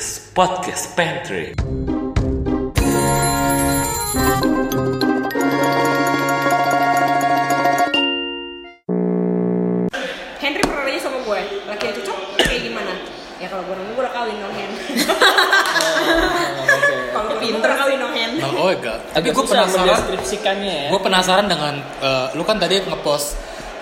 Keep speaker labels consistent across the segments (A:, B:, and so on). A: Podcast Pantry.
B: Henry pernah nanya sama gue, laki yang cocok kayak gimana? Ya kalau gue nemu gue udah kawin dong Hen.
C: Oh,
B: Kalau gue pinter kawin dong Hen.
D: Oh, oh enggak.
C: iya. Tapi gue
D: Susah ya.
C: penasaran,
D: mendeskripsikannya
C: gue penasaran dengan eh, lu kan tadi ngepost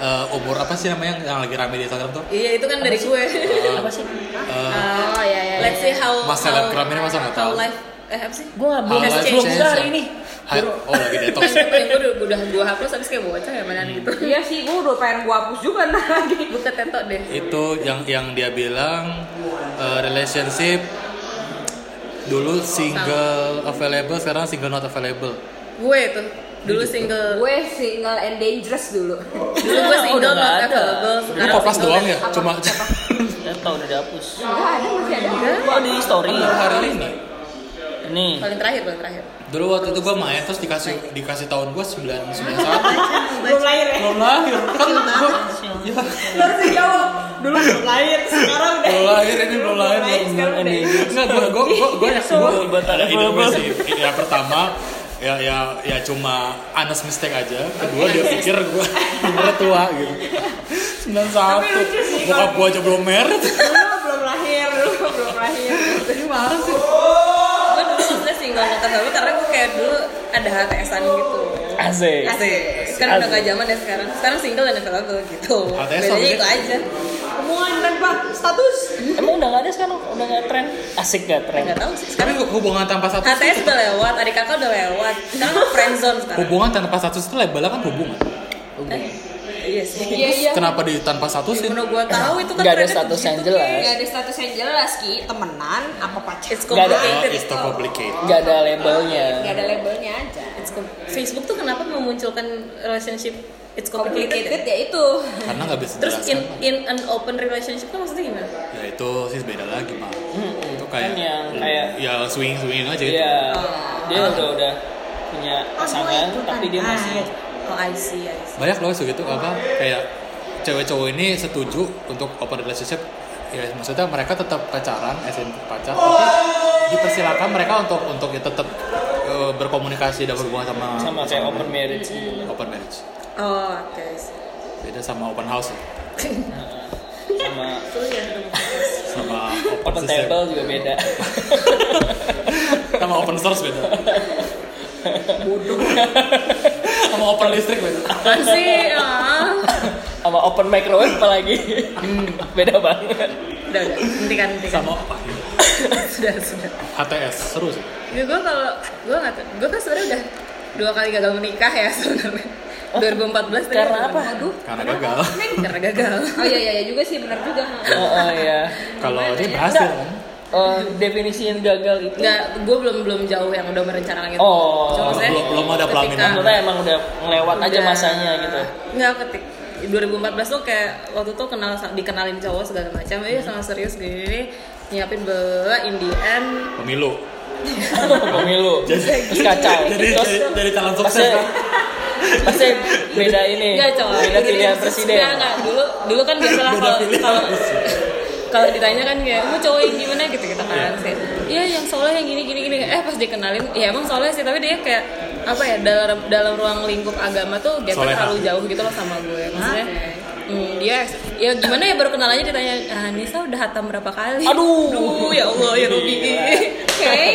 C: eh, umur apa sih namanya yang lagi rame di Instagram tuh?
E: Iya itu kan dari gue.
D: apa sih? Oh.
C: Eh,
E: Oh iya iya. Let's see how
C: Mas
E: how-
C: selebgram ini masa nggak
E: how
C: tahu?
E: life eh apa sih?
D: Gue nggak
C: How
D: belum
E: life
D: belum buka hari
C: changes.
D: ini.
C: Hai-
D: Bro.
C: oh lagi detox.
E: Yang gue udah, udah gue hapus habis kayak bocah ya badan gitu.
B: Iya sih, gue udah pengen gue hapus juga ntar lagi.
E: Buka teto deh.
C: itu yang yang dia bilang eh, relationship dulu single available sekarang single not available.
E: Gue tuh dulu
C: Gitu.
E: single.
B: Gue single and dangerous dulu.
E: Dulu gue
D: Oh,
E: single
D: udah nggak
E: not
D: ada.
E: available.
C: Lu
E: Sekarang
C: popas
E: single
C: doang
E: dan-
C: ya? Cuma
D: Udah tau udah dihapus.
B: Enggak ada masih ada.
D: Oh di story.
C: Baru hari ini.
D: Nih.
E: Paling terakhir paling terakhir.
C: Dulu waktu itu gue main terus dikasih dikasih tahun gue 991
B: Belum lahir ya?
C: belum lahir kan gue ya
B: Lu harus jawab. Dulu belum lahir, sekarang udah.
C: belum lahir ini belum lahir
B: lahir, sekarang udah.
C: Enggak, gue gue gue gue
D: So-
C: gue ada ide gue sih. Yang pertama ya ya ya cuma honest mistake aja. Kedua dia pikir gue umurnya tua gitu. 91 Bokap gue aja belum merit.
B: Dulu belum lahir, dulu belum lahir. Jadi marah sih.
E: Gue dulu maksudnya single not available karena gue kayak dulu ada HTS-an gitu.
D: Asik.
E: Asik. Kan udah
D: Asik.
E: gak zaman ya sekarang. Sekarang single dan available gitu.
C: HTS apa
E: Bedanya
C: sih?
E: itu aja.
B: Hubungan tanpa status.
D: Emang udah nggak ada sekarang? Udah nggak tren? Asik nggak tren?
E: Gak tau sih.
C: Tapi
E: Sekarang
C: hubungan tanpa status
E: HTS udah lewat, adik kakak udah lewat. Sekarang gue friendzone sekarang.
C: hubungan tanpa status itu labelnya kan hubungan.
E: Eh, Iya sih.
B: Iya iya.
C: Kenapa di tanpa status sih?
E: Mana gua tahu itu kan
D: Nggak ada
E: trennya
D: status yang
E: begitu,
D: jelas.
B: Gak Iya, ada status yang jelas ki, temenan apa
E: Ki.
B: pacar?
E: It's
D: Nggak ada.
C: Oh,
E: complicated.
C: it's
B: gitu.
C: too complicated.
D: Nggak ada labelnya.
B: Gak ada labelnya aja.
E: It's com- Facebook tuh kenapa memunculkan relationship it's
B: Complicated
E: complicated?
B: ya itu.
C: Karena nggak bisa
E: Terus in
C: jelaskan.
E: in an open relationship tuh maksudnya gimana?
C: Ya itu sih beda lagi mah. Itu
D: Kan
C: kayak
D: yang kayak
C: ya swing swing aja gitu.
D: Iya.
E: Ah.
D: Dia udah udah punya pasangan tapi dia masih
E: Oh, I see, I see.
C: banyak loh segitu apa kayak cewek cowok ini setuju untuk open relationship ya maksudnya mereka tetap pacaran SN pacar tapi dipersilakan mereka untuk untuk ya tetap eh, berkomunikasi dan berhubungan sama,
D: sama kayak open marriage. gitu.
C: open marriage
E: Oh, oke. I see.
C: beda sama open house ya.
D: Sama
E: Tuh ya.
C: sama
D: open
C: open system
D: table juga beda.
C: sama open source beda sama open listrik beda
E: Masih ah.
D: Sama open microwave apalagi.
C: Hmm.
D: beda banget.
E: Udah, udah. Hentikan, hentikan.
C: sama
E: Sudah, sudah.
C: HTS seru sih
E: Ya, gue kalau gue nggak tahu, gue kan sebenarnya udah dua kali gagal menikah ya sebenarnya. 2014 tadi
D: Oh, Karena
E: udah
D: apa?
E: menikah.
D: Aduh.
C: karena gagal
E: Karena gagal.
B: Oh iya iya iya juga sih benar juga.
D: Oh, oh ya.
C: kalau ini berhasil iya. kan
D: Eh, definisi yang gagal itu
E: Nggak, gue belum belum jauh yang udah merencanakan gitu.
D: Oh.
E: Cuma maksudnya
C: Belum- belum ada
E: ketika-
C: pelaminan.
D: Maksudnya emang udah ngelewat aja
E: Udah.
D: masanya gitu.
E: Nggak ketik. 2014 tuh kayak waktu tuh kenal dikenalin cowok segala macam, eh sangat serius gini, nyiapin be Indian.
C: pemilu
D: Pemilu. Terus kacau.
C: jadi
D: Terus
C: jadi, jadi calon
D: pasti
C: sukses kan?
D: pasti beda ini.
E: Enggak cowok.
D: Beda pilihan presiden.
E: Nggak, nggak. Dulu dulu kan biasalah
C: Beda
E: kalau
C: pilihan
E: kalau
C: presiden.
E: kalau ditanya kan kayak lu cowok yang gimana gitu gitu kan sih. Iya yang soleh yang gini gini gini. Eh pas dikenalin, ya emang soleh sih tapi dia kayak apa ya dalam dalam ruang lingkup agama tuh gapnya
C: Soleha.
E: terlalu jauh gitu loh sama gue maksudnya. hmm, dia ya gimana ya baru kenal aja ditanya ah, Nisa udah hatam berapa kali
D: Aduh.
E: Aduh, ya Allah ya Robi
D: Gila.
E: oke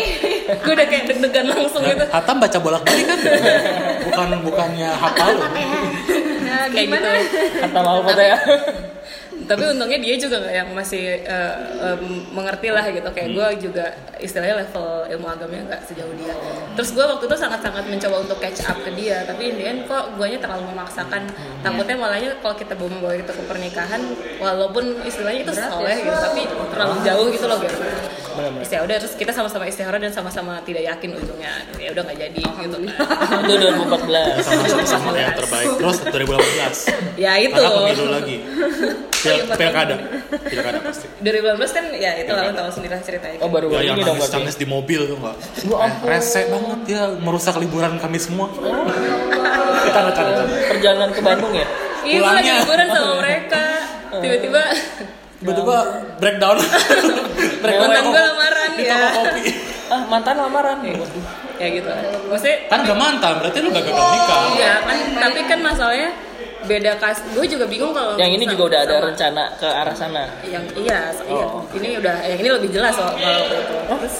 E: gue udah kayak deg-degan langsung gitu
C: Hatam baca bolak-balik kan? Bukan bukannya hafal.
B: Nah,
E: kayak
B: gimana?
E: gitu
D: Kata mau kata ya.
E: tapi untungnya dia juga nggak yang masih eh, em, mengerti lah gitu kayak gue juga istilahnya level ilmu agamanya nggak sejauh dia terus gue waktu itu sangat-sangat mencoba untuk catch up ke dia tapi in the end kok guanya terlalu memaksakan takutnya malahnya kalau kita bawa membawa itu ke pernikahan walaupun istilahnya itu soleh gitu tapi terlalu jauh gitu loh gitu ya udah terus kita sama-sama istihara dan sama-sama tidak yakin ujungnya ya udah nggak jadi gitu kan
D: Itu 2014.
C: Sama sama yang terbaik. Terus 2018.
E: ya itu Iya,
C: Karena pemilu lagi. Pil pilkada. Pilkada pasti.
E: 2019 kan ya itu lah lo tahu sendiri lah ceritanya
D: Oh baru
C: Ya,
D: baru
C: yang
D: ini dong
C: nangis
D: berarti.
C: nangis di mobil tuh nggak?
D: Ya
C: Eh,
D: ampun.
C: Rese banget dia merusak liburan kami semua.
E: Oh,
C: Tanda tanda
D: kan.
C: tanda.
D: Perjalanan ke Bandung ya.
E: Iya, gue lagi
C: Pulangnya.
E: liburan sama mereka. Tiba-tiba ya
C: Tiba-tiba breakdown. breakdown
E: mantan
C: yang
E: gue lamaran.
C: di toko
E: ya.
C: kopi
D: ah mantan lamaran ya
E: ya gitu lah. maksudnya
C: kan gak mantan berarti lu gak gagal nikah
E: iya kan tapi kan masalahnya beda kas gue juga bingung kalau
D: yang ini
E: sama-
D: juga udah ada
E: sama-
D: rencana ke arah sana
E: yang iya, so- iya.
D: Oh.
E: ini udah yang ini lebih jelas soal kalau waktu itu Terus,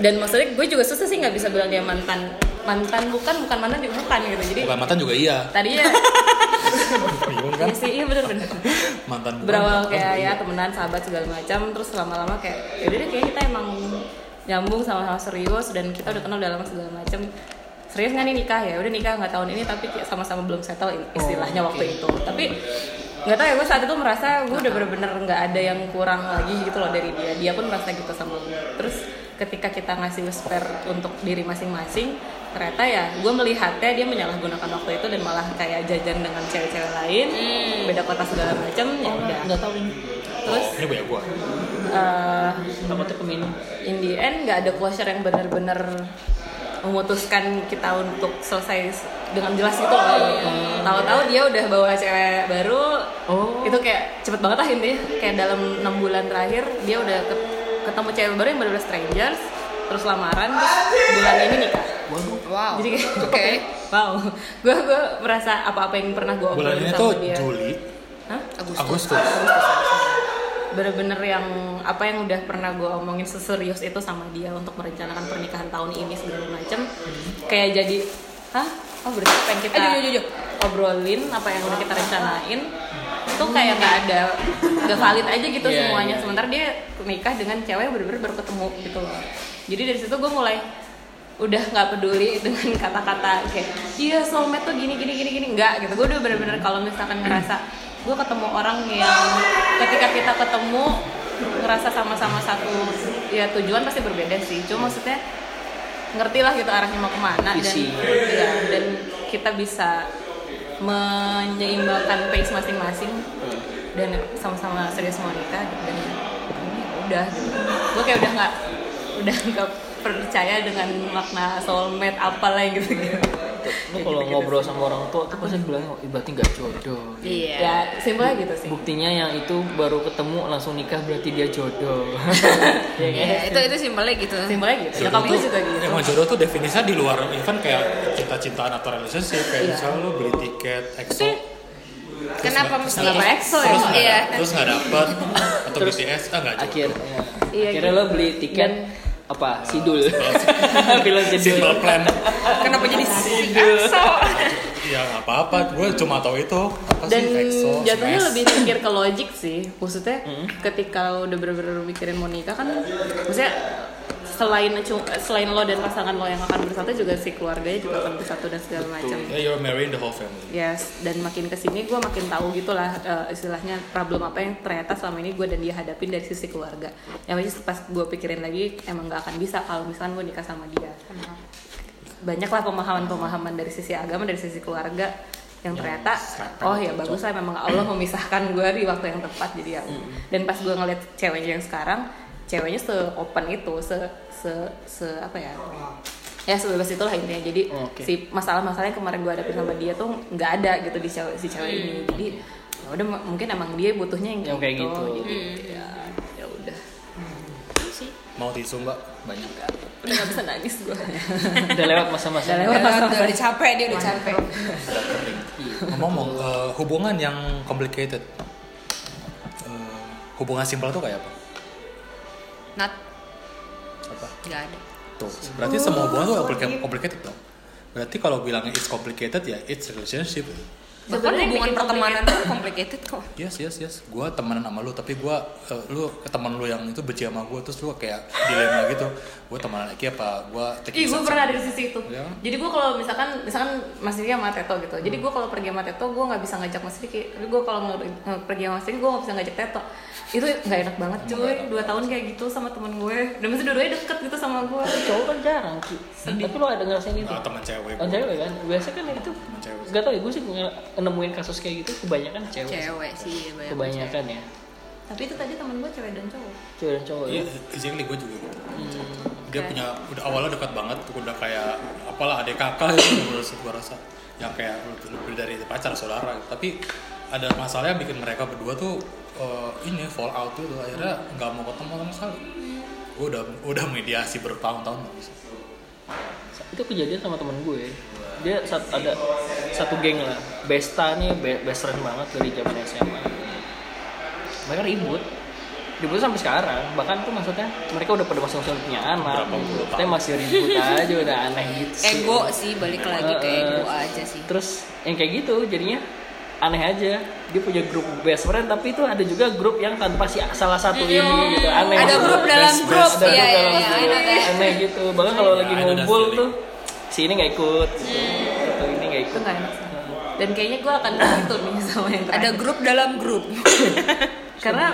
E: dan maksudnya gue juga susah sih nggak bisa bilang dia mantan mantan bukan bukan mantan juga bukan gitu jadi
C: bukan mantan juga iya
E: tadinya
C: bingung kan
E: iya sih iya bener-bener
C: mantan bukan,
E: berawal
C: mantan
E: kayak
C: juga.
E: ya temenan sahabat segala macam terus lama-lama kayak yaudah deh kayak kita emang nyambung sama-sama serius dan kita udah kenal udah lama segala macam serius nggak nih nikah ya udah nikah nggak tahun ini tapi kayak sama-sama belum settle in- istilahnya waktu itu tapi nggak tahu ya gue saat itu merasa gue udah bener-bener nggak ada yang kurang lagi gitu loh dari dia dia pun merasa gitu sama gue terus ketika kita ngasih spare untuk diri masing-masing ternyata ya gue melihatnya dia menyalahgunakan waktu itu dan malah kayak jajan dengan cewek-cewek lain beda kota segala macam ya udah
D: Hmm. nggak tahu ini
E: terus
C: ini punya gua
E: eh
D: takutnya peminum
E: in the end nggak ada closure yang benar-benar memutuskan kita untuk selesai s- dengan jelas gitu
C: Oh,
E: loh
C: iya.
E: tahu-tahu dia udah bawa cewek baru
D: Oh.
E: itu kayak cepet banget lah intinya kayak dalam enam bulan terakhir dia udah ke- ketemu cewek baru yang benar-benar strangers terus lamaran terus bulan ini nikah
B: Wow.
E: jadi kayak
B: Oke.
E: wow gue gue merasa apa-apa yang pernah gue
C: bulan
E: obrolin
C: ini
E: sama
C: tuh
E: Oh, dia
C: Juli
E: Hah?
C: Agustus
E: bener-bener yang apa yang udah pernah gue omongin seserius itu sama dia untuk merencanakan pernikahan tahun ini segala macem kayak jadi hah oh berarti apa yang kita
B: Aduh, aduh, aduh.
E: obrolin apa yang udah kita rencanain itu kayak nggak ada nggak valid aja gitu
D: Iya,
E: semuanya
D: iya.
E: sementara dia nikah dengan cewek yang bener-bener baru ketemu gitu loh jadi dari situ gue mulai udah nggak peduli dengan kata-kata kayak dia soulmate tuh gini gini gini gini nggak gitu gue udah bener-bener kalau misalkan ngerasa gue ketemu orang yang ketika kita ketemu ngerasa sama-sama satu ya tujuan pasti berbeda sih cuma maksudnya ngerti lah gitu arahnya mau kemana
D: Visi.
E: dan ya, dan kita bisa menyeimbangkan pace masing-masing dan sama-sama serius mau nikah gitu. dan ini udah gitu. gue kayak udah nggak udah nggak percaya dengan makna soulmate apalah yang gitu gitu
D: lu kalau ngobrol sama orang tua tuh pasti bilang "Oh, berarti nggak jodoh
B: Iya.
E: ya simpelnya gitu sih
D: buktinya yang itu baru ketemu langsung nikah berarti dia jodoh
B: Ya, itu itu simpelnya gitu.
E: Iya, simpelnya gitu
C: Jodoh
E: nyokap gue
C: tuh-
E: juga gitu
C: Emang jodoh tuh definisinya di luar event kayak cinta-cintaan atau relationship kayak misalnya lu beli tiket EXO
B: Kenapa mesti?
E: Iya. Kenapa EXO ya?
C: terus nggak
B: Iya.
C: dapet, terus nggak dapet atau
D: Terus-
C: BTS ah nggak jodoh.
D: akhirnya
E: Iya,
D: akhirnya
E: gitu.
D: lo beli tiket
E: Dan-
D: apa sidul film sidul
C: Simple plan.
B: Kenapa jadi
E: Iya.
B: si
C: Ya nggak apa-apa, gue cuma tahu itu apa
E: dan
C: sih EXO.
E: jatuhnya
C: Smash.
E: lebih mikir ke logik sih maksudnya ketika lo udah bener-bener mikirin mau nikah kan maksudnya selain cu- selain lo dan pasangan lo yang akan bersatu juga si keluarganya juga akan bersatu dan segala macam
C: Ya you're marrying the whole family.
E: yes dan makin kesini gue makin tahu gitulah eh, istilahnya problem apa yang ternyata selama ini gue dan dia hadapin dari sisi keluarga yang which is pas gue pikirin lagi emang gak akan bisa kalau misalnya gue nikah sama dia banyaklah pemahaman-pemahaman dari sisi agama dari sisi keluarga yang ternyata oh
D: gitu."
E: ya bagus lah memang Allah memisahkan gue di waktu yang tepat jadi ya dan pas gue ngeliat ceweknya yang sekarang ceweknya se open itu se se se apa ya ya sebebas itulah intinya jadi
D: Oh, Oke.
E: si masalah-masalah yang kemarin gue hadapi sama dia tuh nggak ada gitu di cewek si cewek ini jadi ya udah m- mungkin emang dia butuhnya yang,
D: Yang kayak gitu.
E: Jadi, ya ya udah
C: Mau tisu mbak? Banyak.
E: udah nggak bisa nangis gue
D: udah lewat masa-masa
E: Udah lewat.
B: Udah udah capek dia udah capek.
E: Iya.
C: Ngomong-ngomong eh, hubungan yang complicated. Eh, hubungan simpel tuh kayak apa?
B: Nat
C: Apa?
B: nggak ada.
C: Tuh, berarti semua hubungan tuh complica- complicated dong. Berarti kalau bilangnya it's complicated ya it's relationship.
B: Bahkan hubungan pertemanan tuh complicated kok.
C: Yes, yes, yes. Gua temenan sama lu, tapi gua eh, lu ke teman lu yang itu benci sama gua terus lu kayak dilema gitu. Gua temenan lagi apa gua take
E: Ih, gue
C: distance
E: pernah
C: sama
E: ada di
C: dia?
E: sisi itu.
C: Iya.
E: Jadi gue kalau misalkan, misalkan Mas Riki sama Teto gitu. Jadi gue kalau pergi sama Teto, gue nggak bisa ngajak Mas Riki. Tapi gue kalau nge- nge- pergi sama Mas Riki, gue nggak bisa ngajak Teto. Itu nggak enak banget cuy. Dua tahun kayak gitu sama temen gue. Dan maksudnya dua-duanya deket gitu sama gue.
D: cowok kan jarang Ki. tapi lo ada ngerasain itu
C: Ah, teman cewek.
D: Oh, cewek kan biasanya kan itu
C: cewek.
D: nggak tau ya gue sih nge- nemuin kasus kayak gitu kebanyakan cewek sih.
B: Cewek sih banyak.
D: kebanyakan ya
E: Tapi itu tadi temen gue cewek dan cowok.
D: cewek dan cowok
C: Iya,
D: ya
C: exactly gue juga. gitu.
B: Hmm,
C: Dia punya udah awalnya dekat banget, udah kayak apalah adik kakak gitu menurut gue rasa. Yang kayak lebih dari pacar saudara. gitu. Tapi ada masalah yang bikin mereka berdua tuh eh, ini fall out tuh akhirnya nggak mau ketemu sama sekali. Gue udah udah mediasi bertahun-tahun nggak bisa.
D: itu kejadian sama temen gue dia sat- ada satu geng lah besta nih be- best friend banget dari zaman SMA mereka ribut ribut sampai sekarang bahkan tuh maksudnya mereka udah pada masing-masing punya anak
C: Berapa puluh
D: tapi
C: tahun.
D: masih ribut aja udah aneh gitu sih.
B: Ego sih balik lagi ke
D: Eh, eh.
B: ego aja sih.
D: terus yang kayak gitu jadinya aneh aja dia punya grup best friend tapi itu ada juga grup yang tanpa si salah satu ini gitu aneh
B: Iya, Ada
D: gitu.
B: grup dalam
C: Best-
B: grup
C: best-
B: ya
D: Ada grup
B: ya ya.
D: dalam
B: ada.
D: grup, aneh gitu bahkan kalau lagi
C: Ya, ada
D: ngumpul
C: feeling.
D: tuh si ini nggak ikut
B: Hmm.
D: gitu. Atau ini nggak
E: itu
D: ikut
E: nggak enak sih dan kayaknya gue akan begitu nih sama yang
B: Ada
E: terakhir
B: grup dalam grup.
E: karena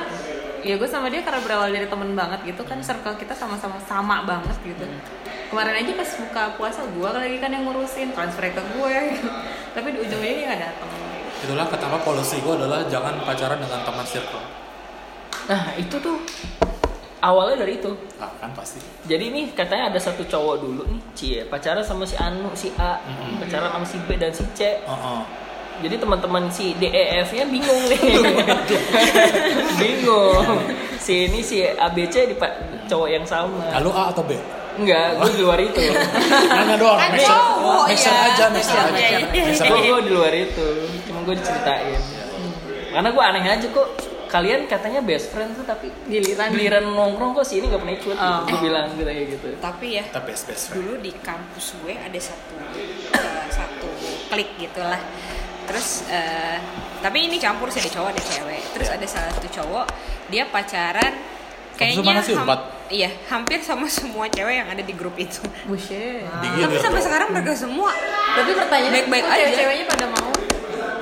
E: ya gue sama dia karena berawal dari temen banget gitu kan circle kita sama-sama sama banget gitu kemarin aja pas buka puasa gue lagi kan yang ngurusin transfer ke gue tapi di ujungnya dia nggak datang
C: Itulah kenapa policy gue adalah jangan pacaran dengan teman circle.
D: nah itu tuh awalnya dari itu
C: Ah, kan pasti.
D: jadi ini katanya ada satu cowok dulu nih cie pacaran sama si Anu si A
E: Mm-hmm.
D: pacaran sama si B dan si C
C: Oh, oh.
B: Nah.
D: Jadi teman-teman si DEF-nya bingung nih. bingung. Si ini si ABC di pa- cowok yang sama.
C: Lalu A atau B?
D: Enggak, gue di luar itu.
C: Nanya doang.
B: Kan
C: make sure-
B: cowok,
C: make sure
B: ya.
C: aja, make sure aja.
B: Iya, iya,
C: Make sure
D: gue
C: aja.
D: gue di luar itu. Cuma gue diceritain. Karena gue aneh aja kok kalian katanya best friend tuh tapi
E: giliran
D: giliran nongkrong kok si ini nggak pernah ikut gitu.
E: Oh.
D: Gue bilang gitu kayak gitu.
B: Tapi ya
C: Kita best best friend.
B: dulu di kampus gue ada satu eh, satu klik gitulah terus eh, tapi ini campur sih ada cowok ada cewek terus
C: Iya.
B: ada salah satu cowok dia pacaran kayaknya
C: mana sih?
B: ham-
C: Empat?
B: iya hampir sama semua cewek yang ada di grup itu
E: buset
B: tapi
C: Dingin ya.
B: sampai sekarang mereka semua
E: tapi pertanyaan
B: Baik-baik aja.
E: ceweknya pada mau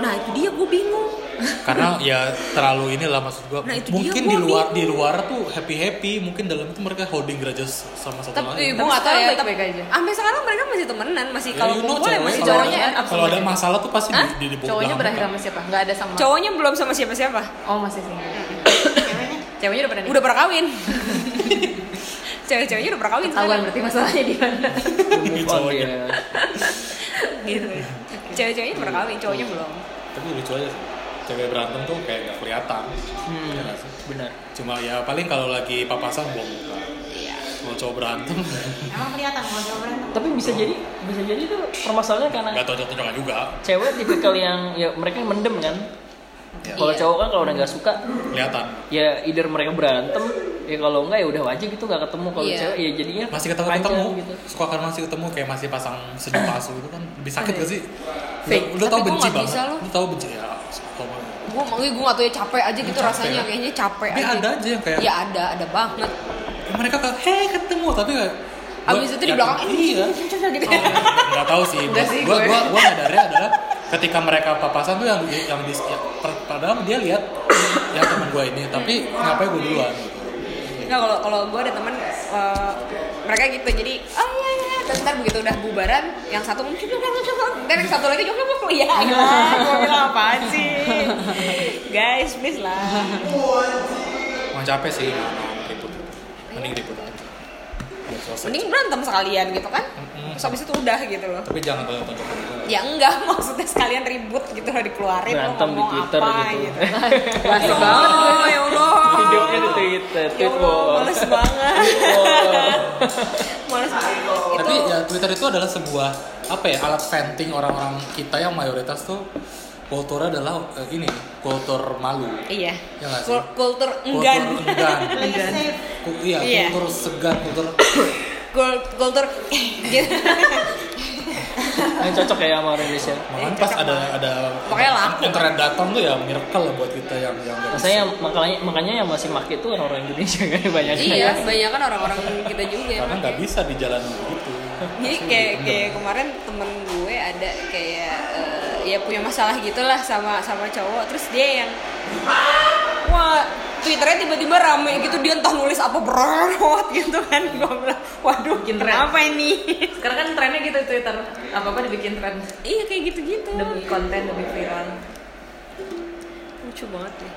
B: nah itu dia gue bingung
C: Karena ya terlalu inilah maksud gue.
B: Nah, itu
C: mungkin
B: dia,
C: di
B: gua
C: luar di luar tuh happy happy, mungkin dalam itu mereka holding grudges sama satu
B: tapi gue
C: lain.
B: nggak tahu
E: sekarang
B: ya tapi
E: Oh, baik-baik aja.
B: sampai sekarang mereka masih temenan masih
C: Ya,
B: kalau
C: you know,
B: ngumpul ya
C: cowoknya
B: masih
C: kalau-
B: cowoknya
C: Kalau ada
B: gitu.
C: masalah tuh pasti
E: Hah?
C: di, di, di
E: cowoknya berakhir sama siapa nggak ada sama
B: cowoknya belum sama siapa siapa
E: oh masih single ceweknya udah pernah nikah
B: udah pernah kawin cewek-ceweknya udah pernah kawin
E: ketahuan
B: sekarang.
E: berarti masalahnya di mana
D: Move on
C: Cowoknya.
D: dia.
B: gitu cewek-ceweknya udah pernah kawin cowoknya belum
C: Tapi lucu aja sih. Cewek berantem tuh kayak nggak kelihatan.
D: Hmm.
C: Ya nggak sih?
D: Benar.
C: Cuma ya paling kalau lagi papasan buang muka.
B: Iya.
C: Kalau cowok berantem
A: Emang kelihatan kalau cowok berantem?
D: Tapi bisa jadi bisa jadi tuh permasalahannya karena
C: nggak cocok-cocokan juga.
D: cewek tipikal yang ya mereka yang mendem kan.
C: Ya.
D: Kalau
B: Iya.
D: cowok kan kalau udah nggak suka
C: Kelihatan.
D: ya either mereka berantem ya kalau enggak ya udah aja gitu nggak ketemu kalau
B: Iya.
D: cewek ya jadinya
C: Masih ketemu
D: panjang
C: ketemu.
D: gitu.
C: Suka kan masih ketemu kayak masih pasang senyum palsu itu kan lebih sakit gak sih?
B: Fake.
C: Lu,
B: Tapi
C: lu tau
B: gua
C: benci
B: nggak
C: banget.
B: bisa lu.
C: Lu tau benci ya. suka banget.
B: gue makanya gue gak tau ya capek aja gitu
C: Capek. kan?
B: rasanya kayaknya capek
C: Tapi
B: aja
C: ada aja yang kayak
B: ya ada ada banget
C: mereka kayak heh ketemu tapi kayak gua-
B: abis itu di
C: ya,
B: belakang
C: iya
B: gitu
C: nggak tahu sih
B: Udah sih
C: gua
B: gue.
C: gua gua nyadarnya adalah ketika mereka papasan tuh yang yang di, ya, per- padahal dia lihat ya teman gua ini tapi ngapain gua duluan gitu
B: nggak Nah, kalau kalau gue ada teman eh, mereka gitu jadi oh iya iya terus ntar begitu udah bubaran yang satu mungkin dan yang satu lagi juga mau ya
D: Nah,
B: ilah, gue bilang apaan sih guys please lah
C: Emang capek sih nah, nah, ribut mending ribut aja Biar selesai.
B: mending berantem sekalian gitu kan terus abis itu udah gitu loh
C: tapi jangan banyak tonton
B: ya enggak maksudnya sekalian ribut gitu loh dikeluarin lo
D: berantem di
B: ngomong
D: Twitter
B: apa
D: gitu.
B: gitu
E: Pasti
B: ya
E: banget.
B: Allah ya Allah
D: Videonya di Twitter,
B: ya
D: tweet
B: Allah
D: war.
B: males banget
D: War.
B: males banget
C: tapi
B: itu
C: ya Twitter itu adalah sebuah apa ya alat venting orang-orang kita yang mayoritas tuh kulturnya adalah eh, ini kultur malu
B: iya
C: Ya nggak sih?
B: Kul- kultur enggan
C: kultur enggan
A: Lagi safe.
C: Ku- iya
B: Iya.
C: kultur segan kultur
B: Kul- kultur gitu.
D: Yang cocok ya sama orang Indonesia.
C: Makanya pas ada ada
B: Pokoknya laku.
C: internet datang tuh ya miracle lah buat kita yang yang nggak bisa.
D: Saya makanya makanya yang masih make itu orang-orang Indonesia kan banyak.
B: iya kebanyakan orang-orang kita juga
C: karena
B: emang.
C: nggak bisa di jalan gitu. begitu.
B: jadi kayak kayak kemarin temen gue ada kayak eh, ya punya masalah gitulah sama sama cowok terus dia yang wah twitternya tiba-tiba rame gitu dia entah nulis apa berot gitu kan gue bilang waduh
E: Bikin
B: kenapa ini
E: sekarang kan trennya gitu Twitter apa apa dibikin tren
B: iya kayak gitu-gitu
E: demi konten demi viral
B: lucu banget nih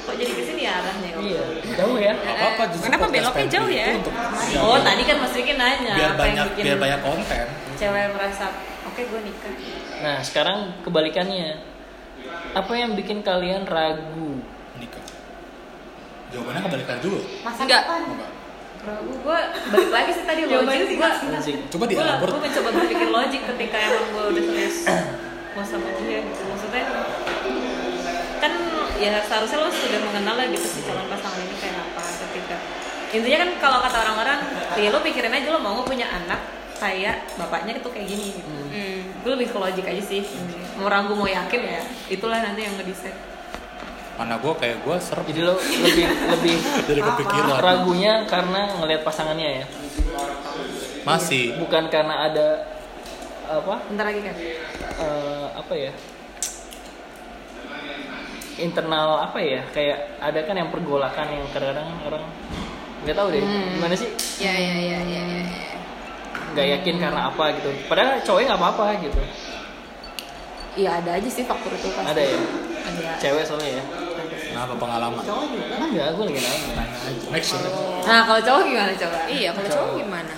E: kok jadi kesini ya arahnya kok?
D: Iya, jauh ya.
C: Nggak apa-apa justru
B: Kenapa
C: podcast
B: beloknya
C: pendek
B: jauh ya?
C: itu untuk biar-
E: oh tadi kan Mas Riki nanya
C: Iya. biar
E: apa
C: banyak
E: yang bikin
C: biar banyak konten.
E: cewek merasa oke gue nikah
D: Nah, sekarang kebalikannya. Apa yang bikin kalian ragu?
C: Nikah. Jawabannya kebalikan dulu.
A: Masa
B: Enggak.
A: depan.
E: gue balik lagi sih tadi
A: Jawabannya
E: logik
A: sih
E: gue
A: masih-
D: anjing
C: Coba di
E: gue
C: elaborate.
E: mencoba berpikir logik ketika emang gue udah serius mau sama dia gitu maksudnya kan ya seharusnya lo sudah mengenal lah gitu si calon pasangan ini kayak apa ketika intinya kan kalau kata orang-orang ya lo pikirin aja lo mau nggak punya anak kayak bapaknya itu kayak gini gitu.
B: Hmm.
E: gue lebih ke logik aja sih mau ragu mau yakin ya itulah nanti yang ngedesain
C: Mana gue kayak gue serem
D: jadi lo lebih lebih
C: dari kepikiran.
D: ragunya karena ngelihat pasangannya ya
C: Masih.
D: bukan karena ada apa
E: bentar lagi kan
D: eh, apa ya internal apa ya kayak ada kan yang pergolakan yang kadang-kadang orang nggak tahu deh gimana sih
B: Ya ya ya ya ya. ya.
D: nggak yakin karena apa gitu padahal cowoknya nggak apa-apa gitu
E: iya ada aja sih faktor itu pasti
D: ada ya
E: Ada.
D: cewek soalnya ya
C: Kenapa pengalaman?
D: enggak gue lagi nanya
C: Make sure.
E: nah kalau cowok gimana coba
B: Iya, kalau cowok gimana?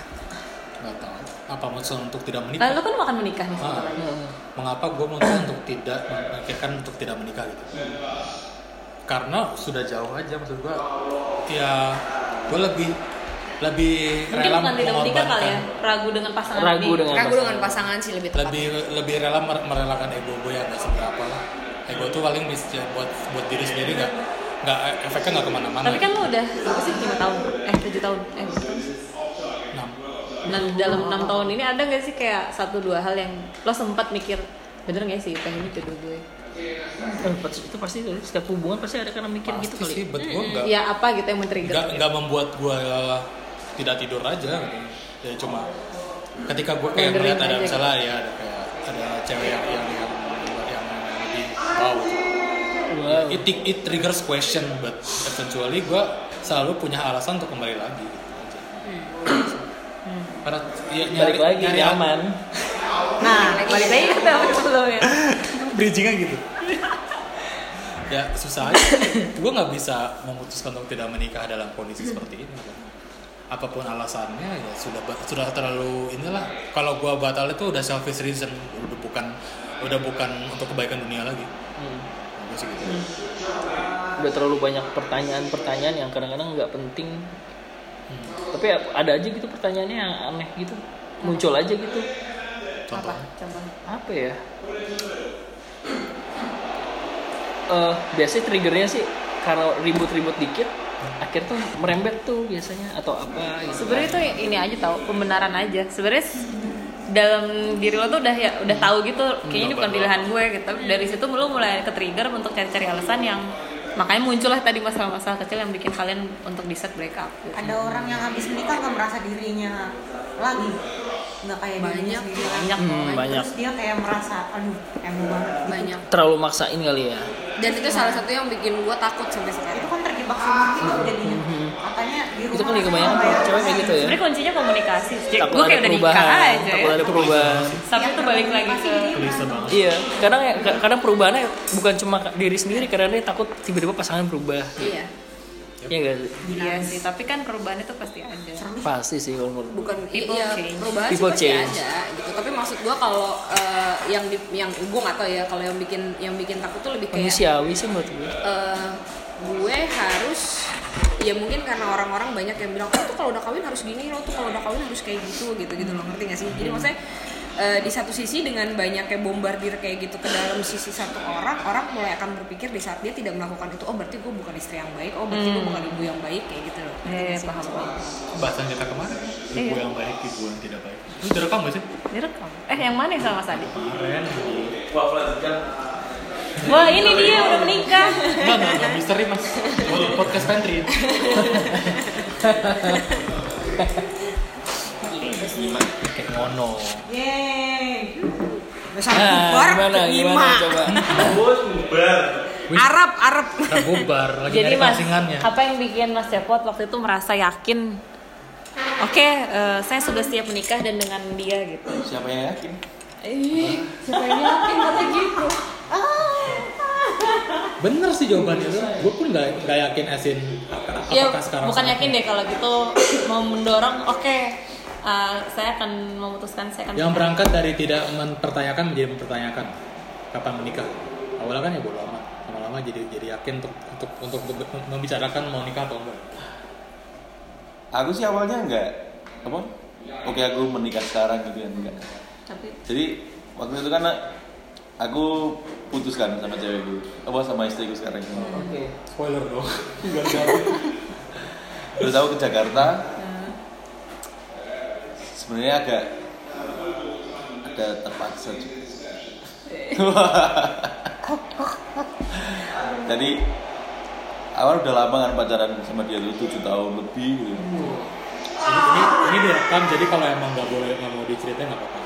C: Gak tahu. Apa maksud untuk tidak
E: Nah,
C: menikah?
E: lo kan makan menikah nih
C: Ah,
E: sebentar lagi.
C: mengapa gue memutuskan untuk tidak memikirkan untuk tidak menikah gitu? Karena sudah jauh aja maksud gue. Ya, gue lebih lebih
E: Mungkin
C: rela
E: bukan tidak menikah kali ya,
C: mengorbankan
E: ragu dengan pasangan Kan-
D: ragu
E: ini.
D: dengan
B: Ragu dengan pasangan sih lebih tepat.
C: lebih lebih rela mer- merelakan ego gue yang gak seberapa lah ego tuh paling bisa buat buat diri sendiri nggak nggak efeknya nggak kemana-mana gitu.
E: Tapi kan lo udah apa sih 5 tahun? Eh 7 tahun? Eh
C: Nah,
E: enam- dalam 6 tahun ini ada gak sih kayak satu dua hal yang lo sempat mikir bener gak sih teh ini jodoh gue?
D: Eh, itu pasti tuh, setiap hubungan pasti ada karena mikir
C: pasti
D: gitu kali
C: sih buat gue nggak
E: Ya apa gitu yang
C: nggak
E: men-trigger?
C: nggak membuat gue tidak tidur aja ya cuma ketika gue kayak
E: Wondering
C: melihat ada
E: aja
C: misalnya ya ada kayak ada cewek yang yang yang, yang lebih wow
D: Wow.
C: it, it triggers question but eventually gue selalu punya alasan untuk kembali lagi gitu aja. Karena ya,
D: Hmm. balik
C: nyari-
D: lagi
C: nyari
D: nyaman
E: Nah, balik lagi ke tahun sebelumnya.
C: bridgingnya gitu ya susah aja gue nggak bisa memutuskan untuk tidak menikah dalam kondisi seperti ini apapun alasannya ya sudah ba- sudah terlalu inilah kalau gue batal itu udah selfish reason udah bukan udah bukan untuk kebaikan dunia lagi
D: Hmm.
C: Gua sih gitu
D: udah terlalu banyak pertanyaan-pertanyaan yang kadang-kadang nggak penting tapi ada aja gitu pertanyaannya yang aneh gitu muncul aja gitu
C: contoh
D: apa ya Eh, biasanya triggernya sih kalau ribut-ribut dikit akhir tuh merembet tuh biasanya atau apa gitu
E: Sebenarnya itu ini aja tau, pembenaran aja. Sebenarnya s- dalam diri lo tuh udah ya udah tahu gitu kayaknya ini bukan pilihan gue gitu Tapi dari situ lo mulai ke trigger untuk cari-cari alasan yang makanya muncullah tadi masalah-masalah kecil yang bikin kalian untuk di set break up gitu.
A: Ada orang yang habis menikah nggak merasa dirinya lagi. Nggak kayak dirinya
B: Banyak,
A: sendiri.
E: banyak
D: Hmm, banyak
A: Terus dia kayak merasa, aduh, emo banget. gitu.
B: Banyak.
D: terlalu maksain kali ya
B: Dan itu salah satu yang bikin gue takut sampai
A: Itu
B: sekarang.
A: kan terjebak sama gitu jadinya. Katanya di rumah.
D: itu kan kebanyakan
A: katanya nggak
D: cewek kayak gitu ya
E: sebenarnya kuncinya komunikasi sih
D: Takut
E: gue kayak
D: ada
E: udah nikah
D: perubahan,
E: aja ya.
D: takut ada perubahan.
E: tapi
F: Iya,
E: tuh balik lagi ke
C: Klise banget
D: Iya, kadang ya- ka- kadang perubahannya bukan cuma ka- diri sendiri, kadang dia takut tiba-tiba pasangan berubah.
B: Iya.
D: Iya nggak sih?
E: iya sih tapi kan perubahannya tuh pasti ada
D: Pasti sih kalau menurut gue.
B: bukan i-
E: People
B: iya,
E: change.
B: perubahan sih
D: People
B: pasti
D: change.
B: ada gitu tapi maksud gua kalau eh, yang di, yang gue nggak tahu ya kalau yang bikin yang bikin takut tuh
E: Iya.
B: lebih kayak
D: manusiawi sih menurut gue.
B: eh, gue harus ya mungkin karena orang-orang banyak yang bilang oh tuh kalau udah kawin harus gini lo tuh kalau udah kawin harus kayak gitu gitu gitu loh ngerti gak sih jadi maksudnya eh, di satu sisi dengan banyaknya bombardir kayak gitu ke dalam sisi satu orang orang mulai akan berpikir di saat dia tidak melakukan itu oh berarti gue bukan istri yang baik oh berarti gue bukan ibu yang baik kayak gitu loh Ngerti
E: eh
B: nggak sih
E: paham
B: maksudnya?
C: bahasan kita kemarin ibu yang baik ibu yang tidak baik itu direkam gak sih
E: direkam eh yang mana yang sama Mas Adi
C: kemarin
E: wah ini dia udah menikah
C: Enggak, enggak, enggak misteri mas Gua podcast pantry kayak ngono
A: Yeay. Udah
D: Nah,
A: sampai bubar,
D: gimana gimana
A: lima.
D: coba?
B: Arab Arab
C: Udah bubar, lagi
E: Jadi
C: nyari
E: mas,
C: pancingannya
E: apa yang bikin Mas Cepot waktu itu merasa yakin? Oke, eh, saya sudah siap menikah dan dengan dia gitu.
D: Siapa yang yakin?
B: Ih, siapa yang yakin kata gitu?
E: Ah,
C: Bener sih jawabannya tuh Gue pun gak, nggak yakin asin
E: Ya,
C: apakah sekarang
E: bukan yakin deh kalau gitu mau mendorong. Oke, eh, saya akan memutuskan saya akan.
C: Yang berangkat dari tidak mempertanyakan menjadi mempertanyakan Kapan menikah Awalnya kan ya bodo amat Lama-lama sama jadi jadi yakin untuk untuk untuk be- membicarakan mau nikah atau enggak
G: Aku sih awalnya enggak apa? Oke aku menikah sekarang gitu kan enggak.
E: tapi
G: Jadi waktu itu kan aku putuskan sama cewekku apa sama istriku sekarang
C: spoiler dong
G: terus aku ke Jakarta sebenarnya agak agak terpaksa juga jadi awal udah lama kan pacaran sama dia tuh 7 tahun lebih gitu.
C: ini ini, ini direkam jadi kalau emang nggak boleh nggak mau diceritain nggak apa-apa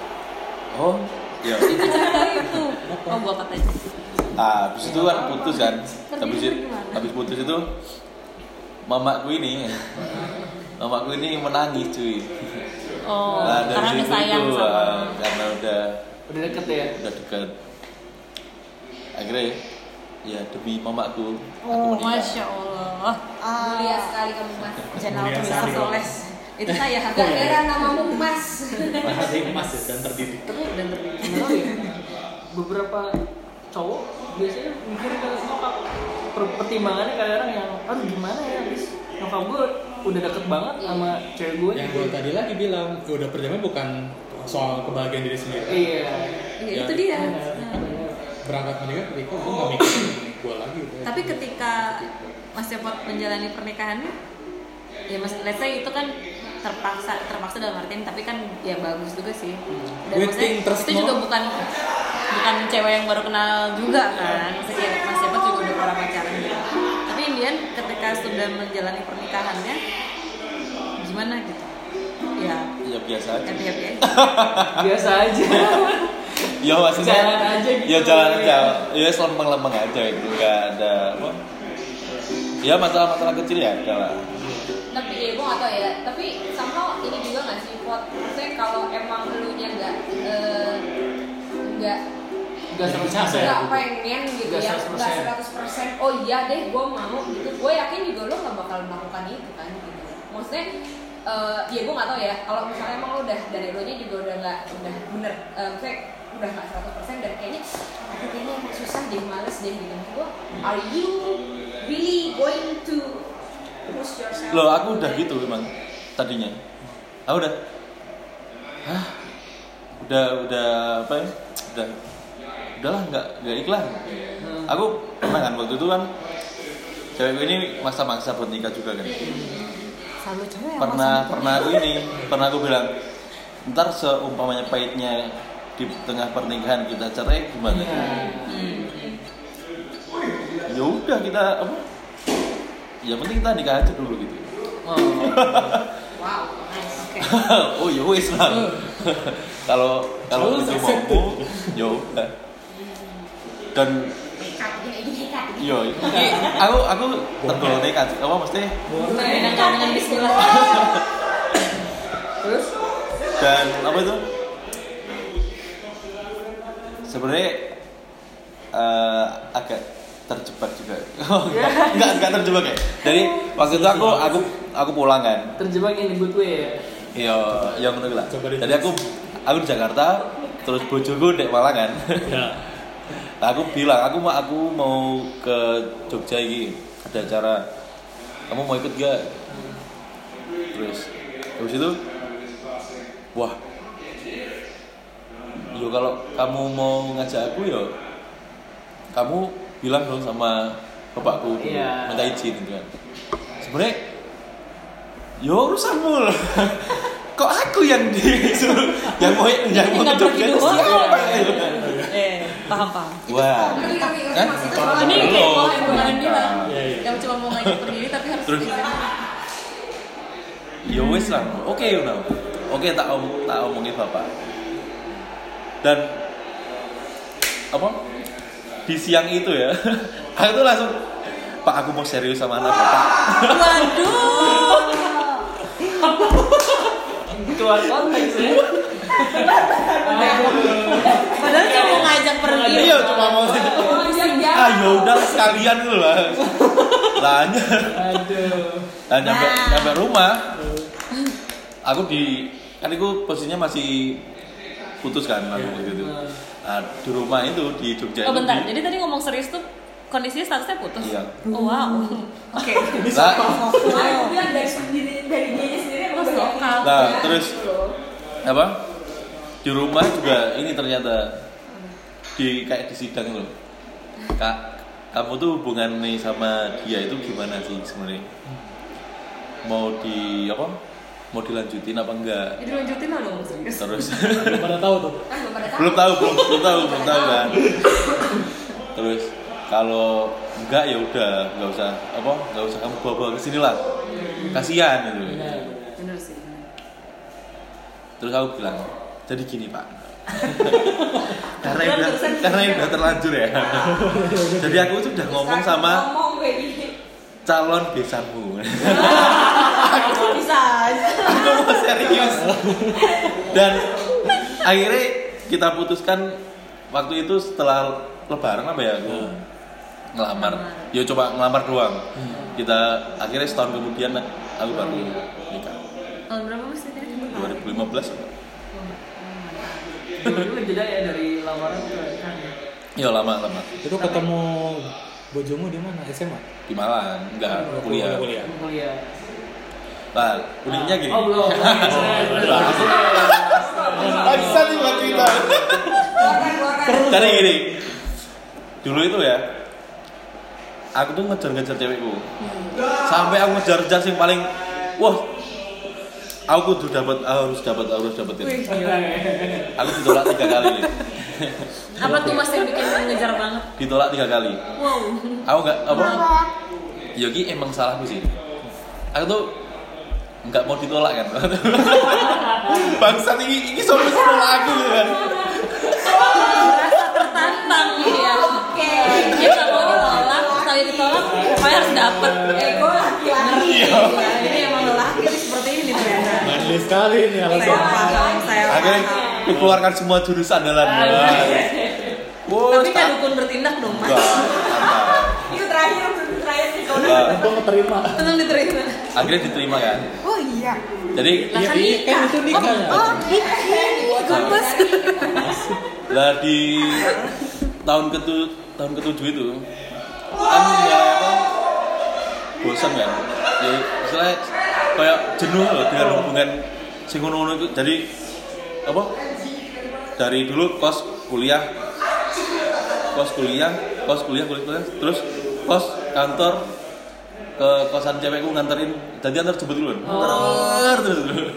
G: oh iya
A: itu oh gua katain
G: Ah, habis itu kan putus kan. Habis
A: itu
G: itu habis putus itu mamaku ini mamaku ini menangis cuy.
E: oh
G: Nah,
A: karena udah
G: dari situ
A: sayang
G: itu,
A: sama-
G: ah, karena udah
D: Udah deket ya?
G: udah dekat. Akhirnya ya demi mamaku aku
E: Oh,
G: menikah.
E: masya Allah.
B: Mulia
A: ah
B: sekali kamu mas.
A: jenal
C: Mulia
A: tulisan
C: sekali.
A: soles
B: Itu saya harga merah namamu mas.
C: masih emas ya dan terdidik
E: Tapi dan terpikir.
D: Kenapa ya? Beberapa cowok biasanya mikir ke nyokap Per- pertimbangannya kadang-kadang yang aduh gimana ya bis nyokap gue udah deket banget sama cewek gue
E: Iya.
C: yang gue tadi lagi bilang udah perjalanan bukan soal kebahagiaan diri sendiri
D: iya
A: ya, itu dia
C: berangkat menikah ketika gue nggak mikir gue lagi gitu ya.
A: tapi ketika Mas Cepot menjalani pernikahannya ya Mas let's say itu kan terpaksa terpaksa dalam artian tapi kan ya bagus juga sih dan
C: Waiting
A: maksudnya
C: terus
A: itu
C: mau.
A: juga bukan bukan cewek yang baru kenal juga kan maksudnya Mas Cepot juga udah pernah pacaran gitu. tapi Indian ketika sudah menjalani pernikahannya gimana gitu ya
G: Ya biasa aja.
A: happy happy aja
D: biasa aja
G: Ya maksudnya
D: Jalan aja gitu.
G: Ya jalan aja. Ya selempeng-lempeng aja itu enggak ada apa. Ya masalah-masalah kecil ya ada lah.
B: tapi ya gue gak tau ya tapi somehow ini juga gak sih buat maksudnya kalau emang lu nya gak eh, gak
D: nggak seratus persen
B: gak pengen gitu
D: Gak
B: ya
D: 100%.
B: gak 100% oh iya deh gue mau gitu gue yakin juga lo gak bakal melakukan itu kan gitu maksudnya eh, ya gue gak tau ya kalau misalnya emang lo udah dari lo nya juga udah gak udah bener eh, maksudnya udah gak 100% dan kayaknya aku kayaknya emang susah deh males deh gitu gue are you really going to push yourself
G: Loh, aku udah gitu emang tadinya. Aku udah. Hah? Udah udah apa ya? Udah. Udahlah nggak nggak iklan. Aku pernah kan waktu itu kan cewek gue ini maksa-maksa buat nikah juga kan.
A: selalu cewek
E: Iya,
A: yang
G: Pernah
A: langsung
G: pernah aku ini, pernah aku bilang, ntar seumpamanya pahitnya di tengah pernikahan kita cerai gimana? Ya udah kita apa? Ya penting kita nikah aja dulu gitu.
B: wow nice oke
G: oh ya wis lah kalau kalau itu mampu ya udah dan yo ini aku aku tergolong nekat apa mesti
A: membedakan dengan bismillah
D: terus
G: dan apa itu sebenarnya eh, agak terjebak juga oh, enggak, enggak enggak terjebak ya jadi waktu itu aku aku aku pulang kan
D: terjebak in a good way ya
G: Iya, yang ngono lah.
C: Coba di-
G: Jadi aku aku di Jakarta, terus bojoku dek Malang kan.
C: Ya.
G: Nah, aku bilang, aku mau aku mau ke Jogja iki ada acara. Kamu mau ikut gak? Terus terus itu wah. Yo kalau kamu mau ngajak aku yo kamu bilang dong sama bapakku dulu,
D: Iya.
G: minta izin gitu kan. Sebenarnya yo urusanmu lah. Kok aku yang disuruh yang mau yang mau ke
A: Tinggal pergi
E: Iya,
G: Jogja itu
A: doang.
G: siapa? gitu?
A: eh paham paham
G: Wah.
B: tapi tapi
G: Hah?
B: maksudnya
A: ini
G: Belum.
A: kayak pola yang bukan bilang
C: Iya, iya.
A: yang cuma mau ngajak sendiri tapi harus
G: Terus?
A: izin.
G: Ya wis lah. Oke yo now. Oke tak om tak omongin bapak. Dan apa? Di siang itu ya. aku tuh langsung Pak aku mau serius sama anak bapak.
A: waduh
D: keluar konteks ya
A: Padahal cuma mau ngajak pergi.
G: Iya cuma mau
E: Oh, iya,
G: ah ya udah sekalian dulu lah. Tanya.
D: aduh
G: Nah, nyampe
A: Nah.
G: nyampe rumah. Aku di kan aku posisinya masih putus kan aku gitu. Nah, di rumah itu di Jogja
A: Oh
G: itu
A: bentar,
G: di-
E: Oh,
A: jadi tadi ngomong serius tuh
E: kondisinya statusnya putus.
G: Iya.
E: Oh, wow. Oke.
G: Lah,
E: Wow.
H: bilang dari sendiri dari dia sendiri
E: Terus lokal.
A: Iya.
G: nah, terus apa? Di rumah juga ini ternyata di kayak di sidang loh. Kak, kamu tuh hubungan nih sama dia itu gimana sih sebenarnya? Mau di apa? Mau dilanjutin apa enggak?
E: Ya, dilanjutin lah dong. serius.
G: Terus
C: Belum pada tahu tuh.
I: kan belum pada
G: belum tahu, belum belum tahu, belum tahu kan. Terus kalau enggak ya udah, nggak usah apa? Nggak usah kamu bawa-bawa ke sini lah. Kasihan gitu.
E: Bener sih.
G: Terus aku bilang, jadi gini pak. karena
E: Terus,
G: udah,
E: terusan.
G: karena udah terlanjur ya. jadi aku tuh udah ngomong sama
I: ngomong kayak gini
G: calon besanmu.
E: Bisa aja.
G: aku mau serius. Dan akhirnya kita putuskan waktu itu setelah lebaran apa ya aku ngelamar. Ya coba ngelamar doang. Kita akhirnya setahun kemudian aku baru nikah.
E: Tahun berapa mas ini?
G: 2015 apa?
D: Dulu jeda ya dari lamaran ke kan nikahnya.
G: Ya lama lama
C: Itu ketemu bojomu di mana? SMA?
G: di Malang enggak kuliah.
C: Kuliah.
D: Kuliah.
G: Nah, uniknya gini.
D: Oh belum.
G: Bisa nih buat cerita. Karena gini, dulu itu ya, aku tuh ngejar-ngejar cewekku. Sampai aku ngejar-ngejar sih yang paling, wah, aku tuh dapat harus dapat harus dapat gitu. Aku ditolak tiga kali, nih.
E: Apa tuh mas yang bikin ngejar banget?
G: ditolak tiga kali.
E: Wow.
G: Aku nggak apa? Yogi emang salahku sih. Aku tuh nggak mau ditolak kan. Bangsat ini ini soalnya nolak aku gitu kan.
E: Merasa tertantang ya. Oke. Dia nggak mau ditolak. Kalau ditolak, pokoknya harus dapet. Ego laki-laki. Ya, Ini emang lelaki ini seperti ini ternyata.
C: Manly sekali ini
E: Saya
C: alasan.
E: paham, saya
G: Akhirnya
E: paham.
G: dikeluarkan semua ya. jurus andalan. Wow,
E: Tapi nggak dukun bertindak dong mas.
H: itu terakhir terakhir sih kalau
C: Aku terima.
E: Tenang diterima.
G: Akhirnya diterima kan.
H: oh iya
G: Jadi
E: Lah kan nikah.
C: itu nikah.
E: Oh, nikah. Dukun mas.
G: lah di tahun ketu tahun ketujuh itu kan mulai apa? Bosan kan. Ya, misalnya kayak jenuh loh dengan hubungan sing ngono itu. Jadi apa? Dari dulu kos kuliah kos kuliah, kos kuliah, kuliah, kuliah, terus kos kantor ke kosan cewekku nganterin, jadi antar jemput duluan.
E: Oh.
G: Ter- terus terus.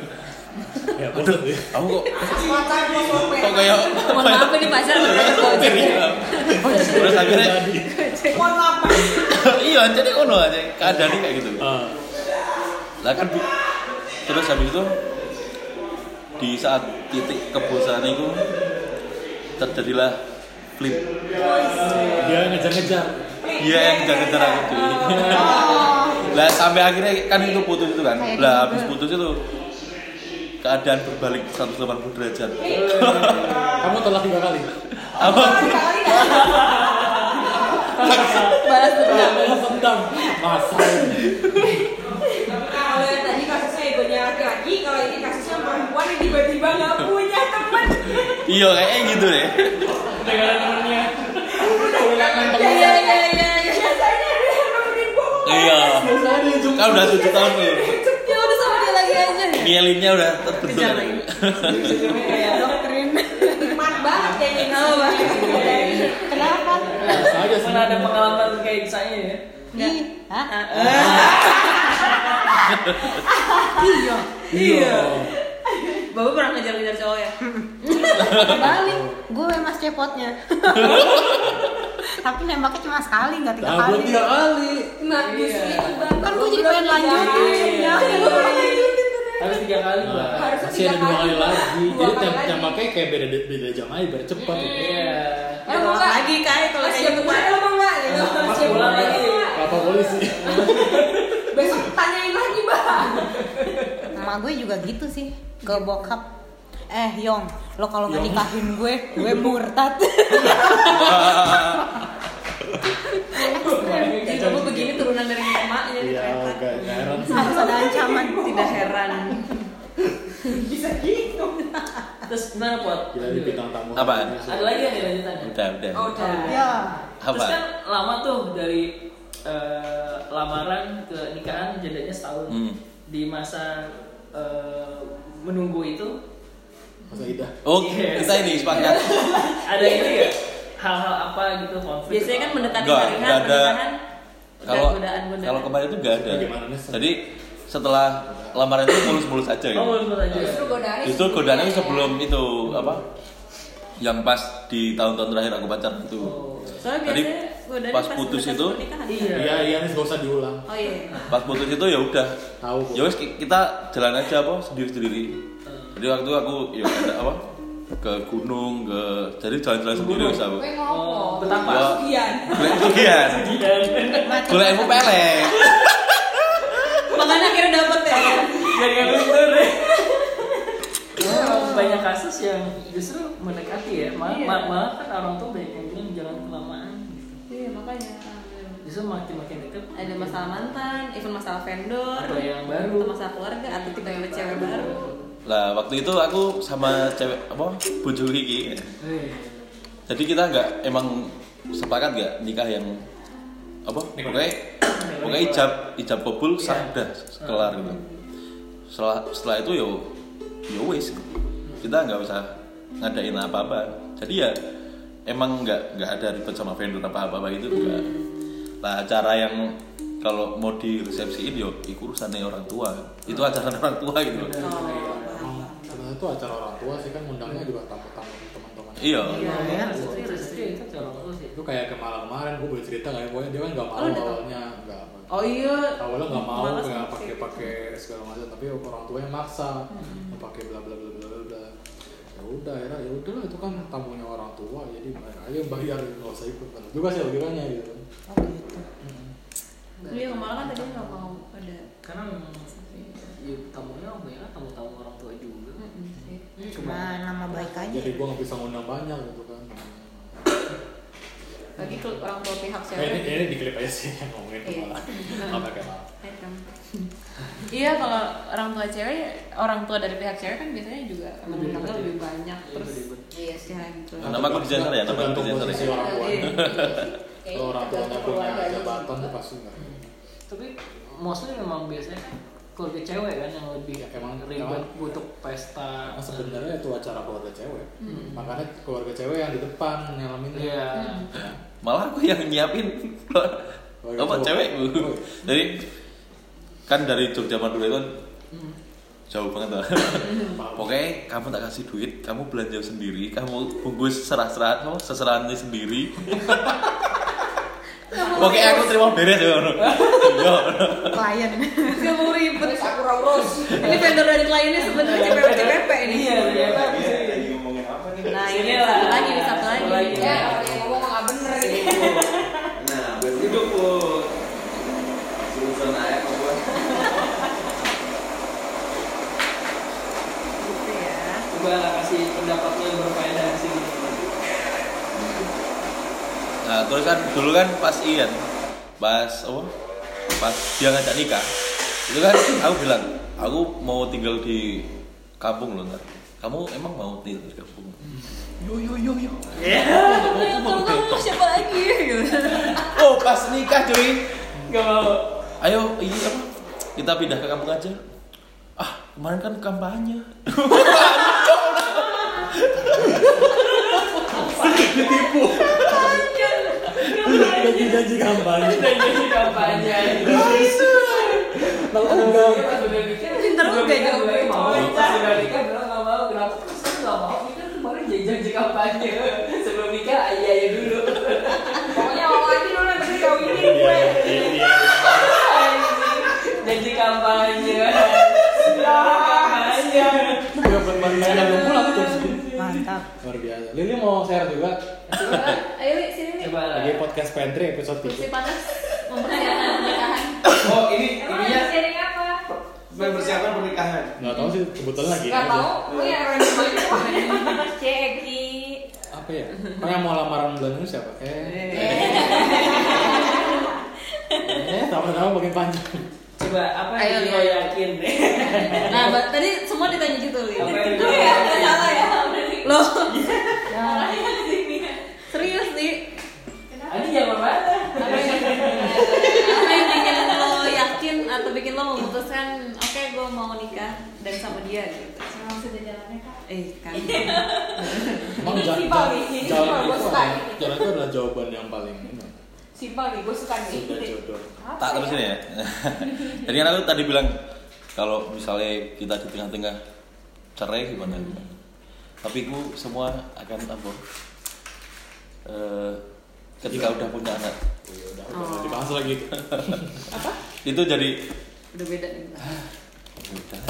C: Ya, bosan ya.
G: Aku kok kok kayak
E: Mohon maaf ya, ini pacar berada
G: Sopir, iya. Terus akhirnya iya jadi kono aja keadaan kayak gitu.
C: Ah.
G: Lah kan Bu. terus habis itu di saat titik kebosanan itu terjadilah flip.
C: Dia ngejar-ngejar.
G: Dia yang ngejar-ngejar aku cuy. Lah sampai akhirnya kan itu putus itu kan. Lah habis putus itu keadaan berbalik 180 derajat.
C: Kamu tolak tiga kali.
G: Apa?
E: Balas dendam.
C: Balas dendam. Masa.
H: kalau yang tadi kasusnya egonya laki-laki kalau ini kasusnya perempuan yang tiba-tiba nggak punya teman
G: Iya kayaknya gitu deh.
D: Negara temennya.
E: Iya, iya, iya.
H: biasanya dia yang nemenin gua ngomong.
G: Iya.
C: Saya di ujung.
G: Kan udah 7 tahun tuh.
E: Ya udah sama dia lagi aja. ya?
G: Mielinnya udah terbentuk.
E: Dijalanin. Kayak doktrin.
H: nikmat banget kayaknya
E: Kenapa, Bang?
H: kenapa
C: Masa aja sih.
D: Pernah ada pengalaman kayak saya ya?
E: Nggak. Hah? Iya.
C: Iya.
E: Bapak pernah ngejar-ngejar cowok ya? Balik, gue mas cepotnya
F: tapi nembaknya cuma sekali nggak tiga
C: Nah,
F: kali
C: belum tiga kali.
H: nah
E: iya.
H: justru itu bang
F: kan gue jadi pengen lanjutin
H: ya
F: iya.
H: gua pengen lanjutin
D: Harus tiga kali
C: Iya.
D: lah.
H: Harusnya
C: Nah, Masih ada
H: tiga
C: dua
H: kali.
C: kali
H: Dua
C: lagi. Jadi
H: kali
C: tem-
H: lagi.
C: tembaknya kayak beda beda jam aja, biar cepat. gitu.
D: Iya.
H: Eh, mau nggak?
E: Lagi kayak kalau
H: Mas
E: kayak
H: jam
E: gitu
H: kemarin apa enggak? Gitu. Mas jam
D: pulang
H: kemarin
D: lagi.
H: apa enggak?
C: Apa polisi?
H: Besok tanyain lagi, Bang.
E: Iya.
F: emak gue juga gitu sih ke bokap eh Yong lo kalau nggak nikahin gue gue murtad
E: Coba begini turunan dari emaknya
C: Iya,
E: ternyata.
C: gak gak heran sih.
F: harus ada ancaman
E: Tidak heran.
H: Bisa gitu.
D: Terus gimana pot?
C: Gila di bintang tamu.
G: Apaan?
D: Ada lagi yang dilanjutannya?
G: udah udah
B: Oh, udah.
E: Iya.
F: Ya.
D: Terus kan
G: apa
D: lama tuh dari eh, lamaran ke nikahan jadinya setahun.
G: Hmm.
D: Di masa eh, menunggu itu
C: Masa Ida.
G: oke
D: Yes.
G: Oh, kita ini sepakat
D: ada itu ya hal-hal apa gitu konflik?
E: Biasanya kan mendekati
G: Nggak,
E: hari H,
G: nggak ada.
E: pernikahan
G: kalau
E: godaan-godaan.
G: kalau kemarin itu gak ada
C: Bagaimana sih?
G: jadi setelah lamaran itu mulus-mulus aja
D: Oh,
G: gitu
D: boleh boleh aja.
B: Justru godaannya
G: justru
B: sebelumnya
G: godaannya
B: ya.
G: sebelum itu apa yang pas di tahun-tahun terakhir aku pacaran itu
E: Soalnya
G: Tadi
E: biasanya godaannya
G: pas putus
E: mendekati
G: itu-
E: pernikahan,
D: Iya.
C: Iya, iya, ini gak usah diulang.
E: kan? Oh iya.
G: pas putus itu ya udah
C: Tahu kok. Hmm.
G: ya wes ki- kita jalan aja apa sendiri sendiri jadi waktu itu aku ya ada apa ke gunung ke jadi jalan-jalan sendiri wes aku
B: Gue
D: Oh,
B: ngopo.
D: betapa?
G: Gua-
B: Kesugihan.
G: golek pesugihan golek ilmu pelek
E: Makanya akhirnya dapet
D: Iya,
E: ya.
D: Dari yang bener deh. banyak kasus yang justru mendekati ya malah, ma- malah kan orang tuh banyak yang bilang jangan kelamaan gitu.
E: Iya makanya.
D: justru makin makin dekat
E: Ada masalah mantan, even masalah vendor,
D: Ada yang baru.
E: atau masalah keluarga, atau tiba-tiba cewek baru.
G: lah waktu itu aku sama cewek apa bojo Kiki
D: Eh,
G: jadi kita nggak emang sepakat nggak nikah yang apa pokoknya pokoknya ijab ijab kabul sah udah kelar gitu setelah setelah itu yo yo wis kita nggak usah ngadain apa apa jadi ya emang nggak nggak ada ribet sama vendor apa apa itu enggak lah acara yang kalau mau di resepsiin yo ikut urusannya orang tua itu acara orang tua gitu loh.
C: Sebenarnya itu acara orang tua sih kan ngundangnya juga tamu-tamu teman-teman.
G: iya
D: iya ya, rezeki rezeki itu cara lu sih
C: Itu kayak kemarin kemarin gue boleh cerita nggak? ya? Pokoknya dia kan
H: Oh,
C: nggak mau awalnya, nggak.
D: oh iya
C: Awalnya nggak mau
D: Malas
C: nggak pakai
E: gitu.
C: pakai segala macam, tapi orang tuanya maksa mau pakai bla bla bla bla bla, bla. Ya udah, ya ya udah lah, itu kan tamunya orang tua, jadi bayar aja bayar nggak usah ikut kan. Juga sih logikanya gitu.
F: Oh gitu.
E: Iya malah kan tadi nggak mau ada.
D: karena memang ya, tamunya banyak kan tamu-tamu orang tua juga Hmm.
F: Cuma nama baik aja.
C: Jadi gue nggak bisa ngundang banyak gitu kan.
E: Bagi ke orang tua pihak
C: Eh, ini,
E: cewek.
C: ini di klip aja sih yang ngomongin
E: Iya.
C: kepala. Nggak pakai maaf.
E: item. iya kalau orang tua cewek, orang tua dari pihak cewek kan biasanya juga menanggal lebih banyak terus iya sih ya, gitu. Iya,
G: Nah, nama aku di sensor ya, nama aku
C: Tergantung
G: di sensor ya.
C: posisi orang tuanya.
B: Kayaknya
C: Kalau orang tuanya
B: tergantung
C: punya
B: keluarganya sih.
C: jabatan tuh pasti enggak.
D: tapi mostly memang biasanya kan keluarga cewek kan yang lebih
C: Ya, emang-
D: ribet
C: emang-
D: butuh pesta
C: Karena sebenarnya itu acara keluarga cewek. Makanya keluarga cewek yang di depan yang minta.
D: iya
G: malah aku yang nyiapin
C: Waduh.
G: apa cewek
C: Waduh.
G: jadi kan dari Jogja Madura itu kan jauh banget lah pokoknya kamu tak kasih duit kamu belanja sendiri kamu bungkus serah-serah kamu seserahannya sendiri pokoknya aku terima beres ya Ono. Iya, Ono.
F: Klien.
E: Gak mau ribet.
B: Terus aku rose.
E: Ini vendor dari kliennya sebenarnya CPP CPP ini.
D: iya iya
E: Nah ini
D: Sini lah.
E: satu lagi nih satu
D: Satu
E: lagi.
D: lagi.
E: Eh,
B: Ya, kalau yang ngomong nggak bener ini.
E: Gitu ya.
D: coba lah kasih pendapatnya yang berfaedah di sini
G: nah terus kan dulu kan pas Ian pas apa pas dia ngajak nikah itu kan aku bilang aku mau tinggal di kampung loh ntar kamu emang mau tinggal di kampung yo yo yo yo
E: Kalau kamu mau siapa lagi? Gitu.
G: oh pas nikah cuy
D: gak mau
G: ayo iya apa kita pindah ke kampung aja ah kemarin kan kampanye
C: Janji janji kampanye.
D: udah jadi kampanye
C: Kalau enggak
D: Pinter
E: lu gak jawab.
D: mau Pas udah nikah bilang gak mau Kenapa terus lu gak mau Ini kan kemarin janji-janji kampanye Sebelum nikah iya iya dulu
B: Pokoknya awal aja dulu nanti kawinin gue.
D: Janji kampanye Kampanye
C: udah berbagai yang belum pulang tuh.
F: Mantap.
C: Luar biasa. Lili mau share juga
E: Ayo Li, sini nih.
D: Coba lah
C: lagi podcast pantry episode
E: Kursi
C: 3.
E: panas mempersiapkan pernikahan.
J: Oh ini
B: Emang ada sharing apa?
J: mempersiapkan pernikahan.
C: Enggak tahu sih kebetulan lagi
B: Gak
C: aja.
B: tau, gue yang random aja. Ceki.
C: Apa ya? Kok yang mau lamaran bulan ini siapa? Eh. Eh, sama-sama makin panjang.
D: Coba apa
E: Ayo,
D: yang
E: Li.
D: lo yakin
E: Nah, ba- tadi semua ditanya gitu, Li.
D: Apa yang
E: Lu ya, nggak salah ya. loh
F: Ya.
E: serius sih
D: Ini jangan mana?
E: apa yang bikin lo yakin atau bikin lo memutuskan oke gue mau nikah dan sama dia gitu
K: sudah jalannya kak
E: eh kan
C: Emang
K: Ini
C: ja-
K: simpel
C: ja-
K: nih, ini
C: jalan
K: simpel,
C: itu
K: gua suka
C: adalah-
K: ini.
C: jalan itu adalah jawaban yang paling ini.
K: simpel nih gue suka nih
C: Sudah jodoh.
K: Apa
G: Tak terusin ya. Jadi kan aku tadi bilang kalau misalnya kita di tengah-tengah cerai gimana? Tapi ku semua akan apa? Eh, ketika udah punya anak
C: Oh, ya udah, udah, udah dibahas lagi.
G: itu jadi
E: udah beda nih
G: Udah.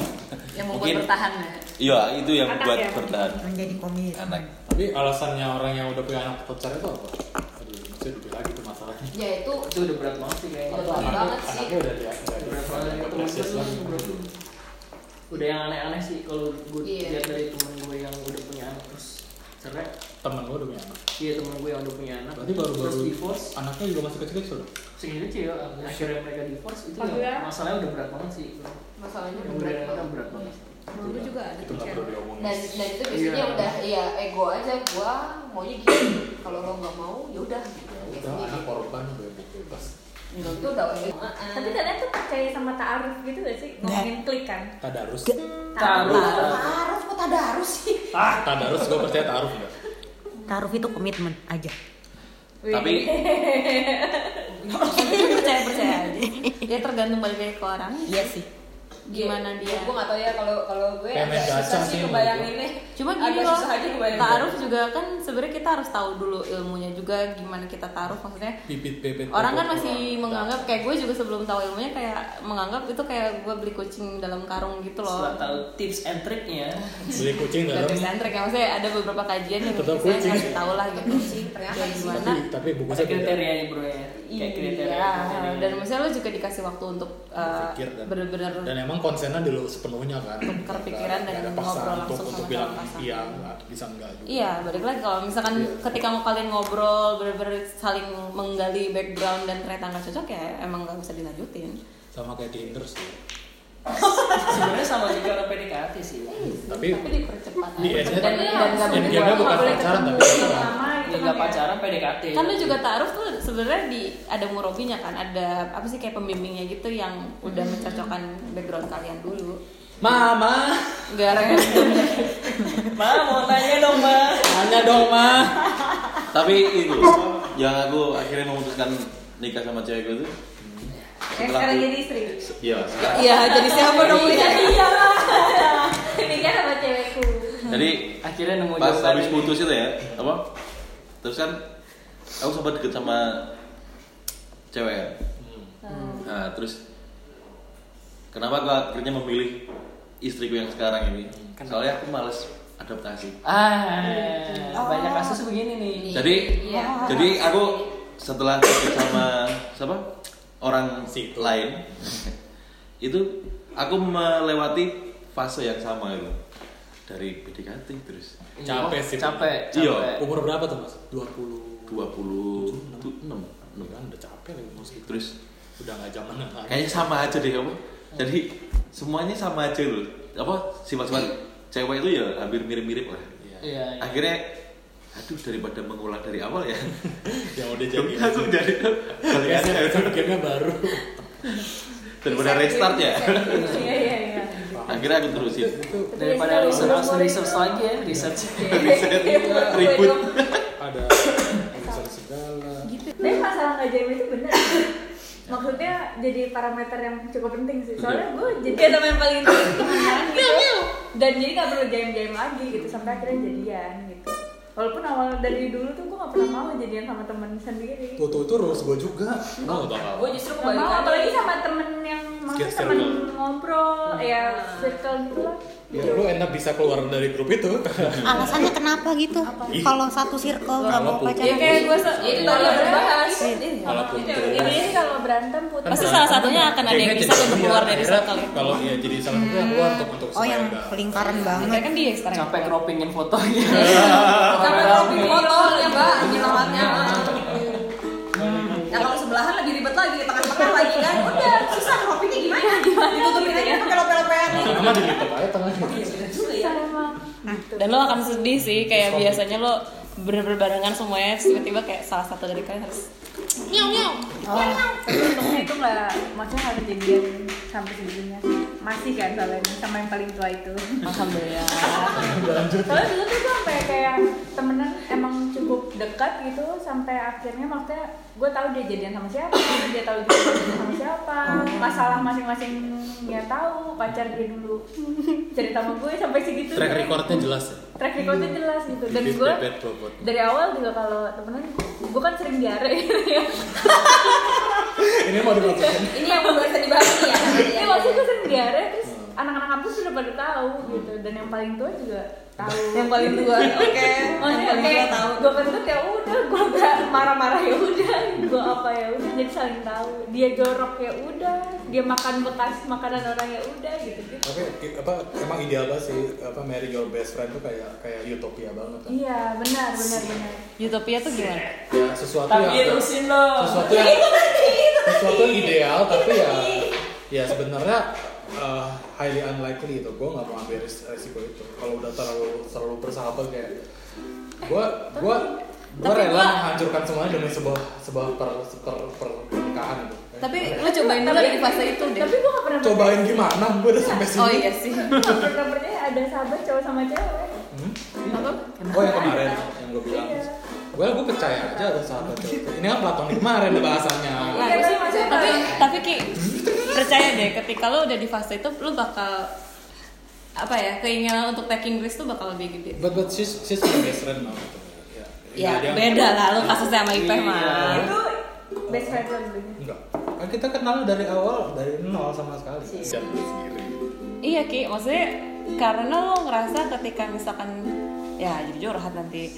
E: yang membuat
G: Mungkin-
E: bertahan ya
G: iya itu yang
K: Anak
G: membuat
K: ya?
G: bertahan
F: Menjadi komit.
G: anak
C: Tapi alasannya orang yang udah punya anak pacar itu apa? Aduh, itu lebih lagi tuh masalahnya.
B: ya itu
D: Itu udah berat banget sih kayaknya.
B: Berat banget. sih.
C: Anaknya udah dia, udah dia,
D: Berat banget.
C: nggak
D: Temen
C: precious
D: gue
C: lagi.
D: tuh berat banget. Udah yang aneh-aneh sih kalau gue
B: Iya.
D: lihat dari temen gue yang udah punya anak terus cerai.
C: Temen lu udah punya anak.
D: Iya temen gue yang udah punya anak.
C: Berarti baru-baru
D: terus divorce.
C: anaknya juga masih kecil kecil loh.
D: Segini kecil akhirnya mereka divorce itu
K: Padahal-
D: yang masalahnya udah berat banget sih.
B: masalahnya
D: Yang
B: udah
D: udah
B: berat banget.
D: anak berat banget.
E: dulu juga
C: Iya.
E: ada
C: Itu
E: tuh
C: nggak
E: cewek.
C: perlu diomongin.
B: dan dan itu biasanya
D: Iya.
B: udah ya ego aja gua maunya gini kalau lo nggak mau ya udah gitu
C: Ya
B: Kayak
C: udah,
E: Iya.
C: gitu. anak
B: sendiri.
C: korban bebas bebas.
B: Enggak, itu udah
E: Eh.
B: ah.
K: tapi kalian tuh percaya sama taaruf gitu gak sih
F: Nah.
K: ngomongin klik kan
C: Tadarus.
D: Taruh.
F: Taruh kok tadarus sih?
C: Ah, tadarus gue percaya taruh enggak.
F: Taruh itu komitmen aja.
G: tapi
E: percaya percaya aja ya tergantung balik lagi ke orang
F: Iya sih.
E: gimana
K: Iya.
E: dia
B: gue nggak tahu ya kalau kalau gue
C: Kayak main
B: agak susah
C: gacha
B: sih
C: sih
B: kebayanginnya
E: Cuma gini
B: agak
E: loh,
B: susah aja kebayangin
E: taruh juga kan sebenarnya kita harus tahu dulu ilmunya juga gimana kita taruh maksudnya
C: Pipit bebet.
E: orang kan
C: bobot.
E: masih menganggap kayak gue juga sebelum tahu ilmunya kayak menganggap itu kayak gue beli kucing dalam karung gitu
D: Setelah
E: loh.
D: tahu tips and triknya,
C: beli kucing
E: Dan
C: dalam
E: sentrik ya maksudnya ada beberapa kajian yang
C: Tetap
E: biasanya
C: kucing.
E: kasih tahu lah gitu.
B: ternyata
E: Dan
B: kucing.
E: gimana?
C: tapi tapi
D: ada
C: bungkusnya beda.
D: kriterianya bro ya. Kayak kriteria.
E: Iya. Dan maksudnya lo juga dikasih waktu untuk uh,
C: gitu. Berpikir dan-
E: bener-bener
C: dan emang konsennya dulu sepenuhnya kan
E: Tukar pikiran
C: Nggak- nggak
E: dan
C: ada
E: ngobrol
C: paksaan untuk,
E: langsung sama
C: untuk
E: calon
C: bilang
E: pasangan.
C: iya nggak bisa enggak juga
E: Iya, balik lagi kalau misalkan
C: Iya.
E: ketika mau kalian ngobrol, bener-bener saling menggali background dan ternyata nggak cocok ya emang nggak bisa dilanjutin.
C: sama kayak Tinder sih
D: Sebenarnya sama juga orang PDKT sih. ya.
C: tapi
E: Tapi dipercepat
C: di
E: aja.
C: endnya
E: dan dan nggak
C: endnya
E: berdua.
C: bukan
E: Nggak boleh
C: pacaran tapi pacaran.
E: Ah,
D: Ya nggak pacaran PDKT.
E: kan lu juga taruh tuh sebenarnya di ada murabinya kan ada apa sih kayak pembimbingnya gitu yang udah
K: Hmm.
E: mencocokkan background kalian dulu
C: Mama
E: enggak gitu
D: Ma mau tanya dong ma.
C: hanya dong ma
G: tapi itu yang aku akhirnya memutuskan nikah sama cewek gue tuh
K: Eh,
G: setelah
K: sekarang
G: aku-
K: jadi istri
G: iya
E: iya jadi siapa dong
K: iya
E: ya
K: iyalah nikah sama cewekku
G: jadi
D: Akhirnya nemu
G: pas
D: jawaban
G: habis
D: ini.
G: putus itu ya apa terus kan aku sempat deket sama cewek kan
K: Hmm.
G: nah terus kenapa aku akhirnya memilih istriku yang sekarang ini soalnya aku males adaptasi
D: Ah, banyak kasus begini nih.
G: jadi jadi aku setelah deket sama siapa orang
C: Situ.
G: lain itu aku melewati fase yang sama itu dari PDKT terus
C: capek sih
D: Capek.
G: Iya.
D: capek.
C: umur berapa tuh mas 20
G: 20 tuh, enam
C: Lu kan udah capek lagi mau segitu
G: terus
C: udah nggak zaman yang lama.
G: kayaknya sama aja deh kamu jadi semuanya sama aja loh apa sifat-sifat cewek itu ya hampir mirip-mirip lah
C: Iya.
D: Iya. iya.
G: akhirnya aduh daripada mengulang dari awal ya
C: yang udah jadi
G: langsung jadi balik aja ya.
C: Biasanya game-nya baru
G: daripada restart ya
K: iya iya iya
G: akhirnya aku terusin
D: Daripada research, langsung research lagi ya, research.
G: riset ribut
C: ada urusan segala
K: Tapi masalah nggak jaim itu benar. Maksudnya jadi parameter yang cukup penting sih.
E: Iya.
K: Soalnya gue jadi kayak teman paling penting temenan gitu. Dan jadi nggak perlu jaim-jaim lagi gitu sampai akhirnya jadian gitu. Walaupun awal dari dulu tuh gue nggak pernah mau jadian sama temen sendiri.
C: tuh tuh tuh rules gue juga mau nggak
B: gue justru
K: Nggak mau
B: kebalikannya
K: apalagi sama temen yang maksudnya
C: Sekitar
K: temen
C: circle.
K: ngobrol
E: Hmm.
K: ya circle gitu lah.
C: ya lu enak bisa keluar dari grup itu
F: Alasannya kenapa gitu? Kalau satu circle nggak mau pacaran.
K: Ya kayak gue se-
E: Iya,
B: Jadi
K: kalau
B: tadi
K: berbahas.
B: yang
C: malah putus
K: Ini kalau berantem putus.
E: pasti salah satunya akan ada yang bisa untuk keluar dari circle itu
C: kalau ya jadi salah satu yang keluar untuk untuk
F: Oh yang lingkaran banget.
E: Kayak kan dia sekarang
D: Capek gitu. croppingin fotonya.
B: Sampai cropping fotonya, Mbak,
E: nyelamatnya
B: Iya. Nah kalau sebelahan lebih ribet lagi, tangan-tangan lagi kan Udah, susah, kopinya gitu ya? gimana? Ditutupin aja pakai lopel-lopelan
C: sama dilipat aja tangannya
K: Sama gitu.
E: dan lo akan sedih sih kayak biasanya lo bener-bener barengan semuanya terus tiba-tiba kayak salah satu dari kalian harus nyong nyong
F: Tapi untungnya itu nggak, maksudnya nggak kejadian sampai segitunya. Masih kan soalnya sama yang paling tua itu.
E: alhamdulillah
F: Soalnya dulu tuh gue sampai kayak temenan emang cukup dekat gitu sampai akhirnya maksudnya gue tahu dia jadian sama siapa, dia tahu dia jadian sama siapa, masalah masing-masing dia tahu, pacar dia dulu cerita sama gue sampai segitu.
C: Track recordnya jelas ya.
F: track recordnya jelas gitu dan
C: Big
F: gue
C: Bad Robot.
F: dari awal juga kalau temenan gue kan sering diare ya
C: Ini mau dimasukin.
B: Ini yang belum bisa dibahas nih ya.
F: Iya maksudnya gue sering diare terus anak-anak kampus sudah pada tahu gitu dan yang paling tua juga tahu.
L: yang paling tua oke yang
F: Maksudnya
L: paling tua
F: kayak
L: tahu
F: gue kentut ya udah, gue gak marah-marah ya udah, gue apa ya udah, jadi saling tahu. Dia jorok ya udah, dia makan bekas makanan orang ya udah gitu gitu.
C: Tapi i- apa emang ideal banget sih apa marry your best friend tuh kayak kayak utopia banget kan.
F: Iya benar benar benar.
E: utopia tuh gimana
C: Ya sesuatu
D: Iya.
C: yang
E: lo
C: sesuatu
A: Iya,
C: yang sesuatu yang ideal tapi ya ya sebenarnya eh, highly unlikely itu gue nggak mau ambil ris- resiko itu kalau udah terlalu terlalu bersahabat kayak gue gue gue
A: tapi
C: rela
A: gua-
C: menghancurkan semuanya demi sebuah sebuah per, per- per- pernikahan itu Kayak,
A: Tapi lo cobain dulu dari fase itu deh.
F: Tapi gue gak pernah
C: cobain gimana gue udah sampai sini
A: Oh iya sih.
F: Gue gak pernah percaya ada sahabat cowok sama cewek.
C: oh yang kemarin yang gue bilang
F: Iya.
C: gue gue percaya aja ada sahabat cewek. ini kan platonik kemarin ada bahasanya
F: Iya tapi maksudnya
E: tapi
F: kalau-
E: tapi ki percaya deh ketika lo udah di fase itu lo bakal apa ya keinginan untuk taking risk tuh bakal lebih gede
C: but but she's she's my best friend now gitu. ya,
E: ya
C: Dia-
E: beda lah lo kasusnya sama Ipeh mah
F: itu best friend lo dulunya.
C: Enggak. Kan kita kenal dari awal dari nol sama sekali.
E: Iya Ki, maksudnya karena lo ngerasa ketika misalkan ya jadi curhat nanti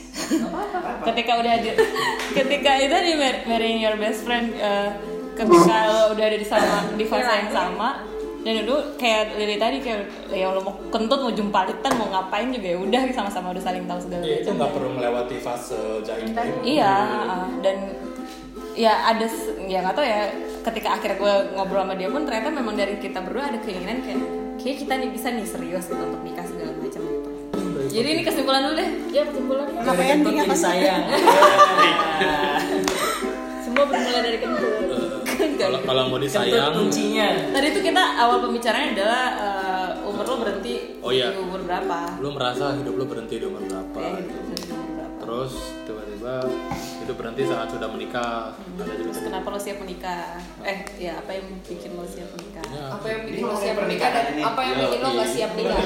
E: ketika udah di, ketika itu di mar- marrying your best friend eh, ketika lo udah ada di sama di fase yang sama dan itu kayak Lili tadi kayak ya lo mau kentut mau jumpalitan mau ngapain juga ya udah sama-sama udah saling tahu segala
C: Ya, itu
E: macam
C: nggak perlu melewati fase jahil itu.
E: Iya, uh, dan ya ada s- ya nggak tau ya ketika akhirnya gue ngobrol sama dia pun ternyata memang dari kita berdua ada keinginan kayak kayak kita nih bisa nih serius gitu untuk nikah segala macam gitu. Jadi ini kesimpulan dulu deh.
F: Ya kesimpulannya
L: apa yang tinggal pas sayang
D: Iya.
F: semua bermula dari kentut.
C: Kalau kalau mau disayang,
E: Tadi itu kita awal pembicaranya adalah uh, umur lo berhenti
C: Oh, iya.
E: di umur berapa?
C: lu merasa hidup lu berhenti di umur
E: Kayak
C: berapa?
E: gitu.
C: Terus tiba-tiba hidup berhenti saat sudah menikah. Ada juga
E: Terus kenapa lo siap menikah? Eh, ya apa yang bikin lo siap menikah?
B: Apa yang bikin lo siap menikah dan apa yang bikin lo gak siap nikah?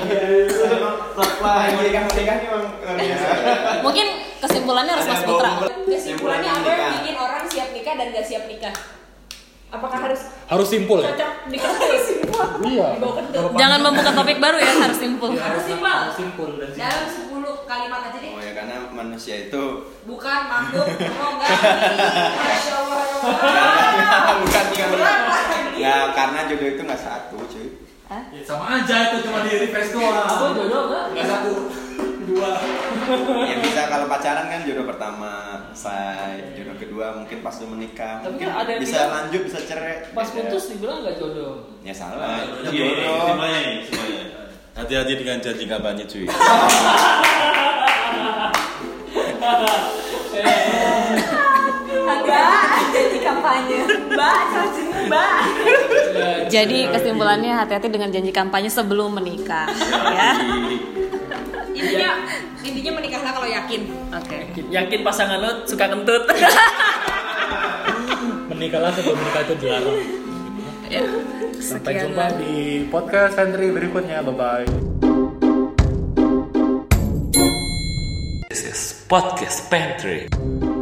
M: Wah, nikah nikah ini emang luar biasa.
E: Mungkin kesimpulannya harus Mas
M: Ada
E: Putra.
M: dua umur.
B: Kesimpulannya apa yang bikin orang siap nikah dan gak siap nikah? Iya.
F: Apakah harus
C: Harus simpul ya.
F: cocok di kentut?
C: Iya.
E: Jangan membuka topik baru ya, harus simpul.
B: Iya, Harus simpel.
C: Simpul dan simpul.
B: Dalam 10 kalimat aja deh.
M: Oh ya karena manusia itu
B: Bukan manggung, oh enggak. Ini, Masya Allah. ya Allah.
M: bukan tiga
B: Berat
M: menit.
B: lagi.
M: Ya karena jodoh itu nggak satu cuy.
C: Sama aja itu cuma di reverse doang. Nggak satu, dua.
M: Ya bisa kalau pacaran kan jodoh pertama selesai, jodoh kedua mungkin pas lu menikah,
D: Tapi
M: mungkin
D: kan ada yang
M: bisa lanjut bisa cerai.
D: Pas
M: Beda.
D: putus dibilang gak jodoh.
M: Ya salah, itu
G: Iya, iya,
M: jodoh.
G: semuanya, semuanya. Hati-hati dengan janji kampanye cuy.
B: Iya.
F: Agak jadi kampanye. Mbak, cocok Mbak.
E: Jadi kesimpulannya hati-hati dengan janji kampanye sebelum menikah ya.
B: Intinya intinya menikahlah kalau yakin.
E: Oke.
D: Yakin pasangan lo suka kentut.
C: Menikahlah sebelum menikah itu dilarang.
E: Ya.
C: Sampai
E: Sekian
C: jumpa
E: lah.
C: di podcast Sentry berikutnya. Bye bye.
N: This is Podcast Pantry.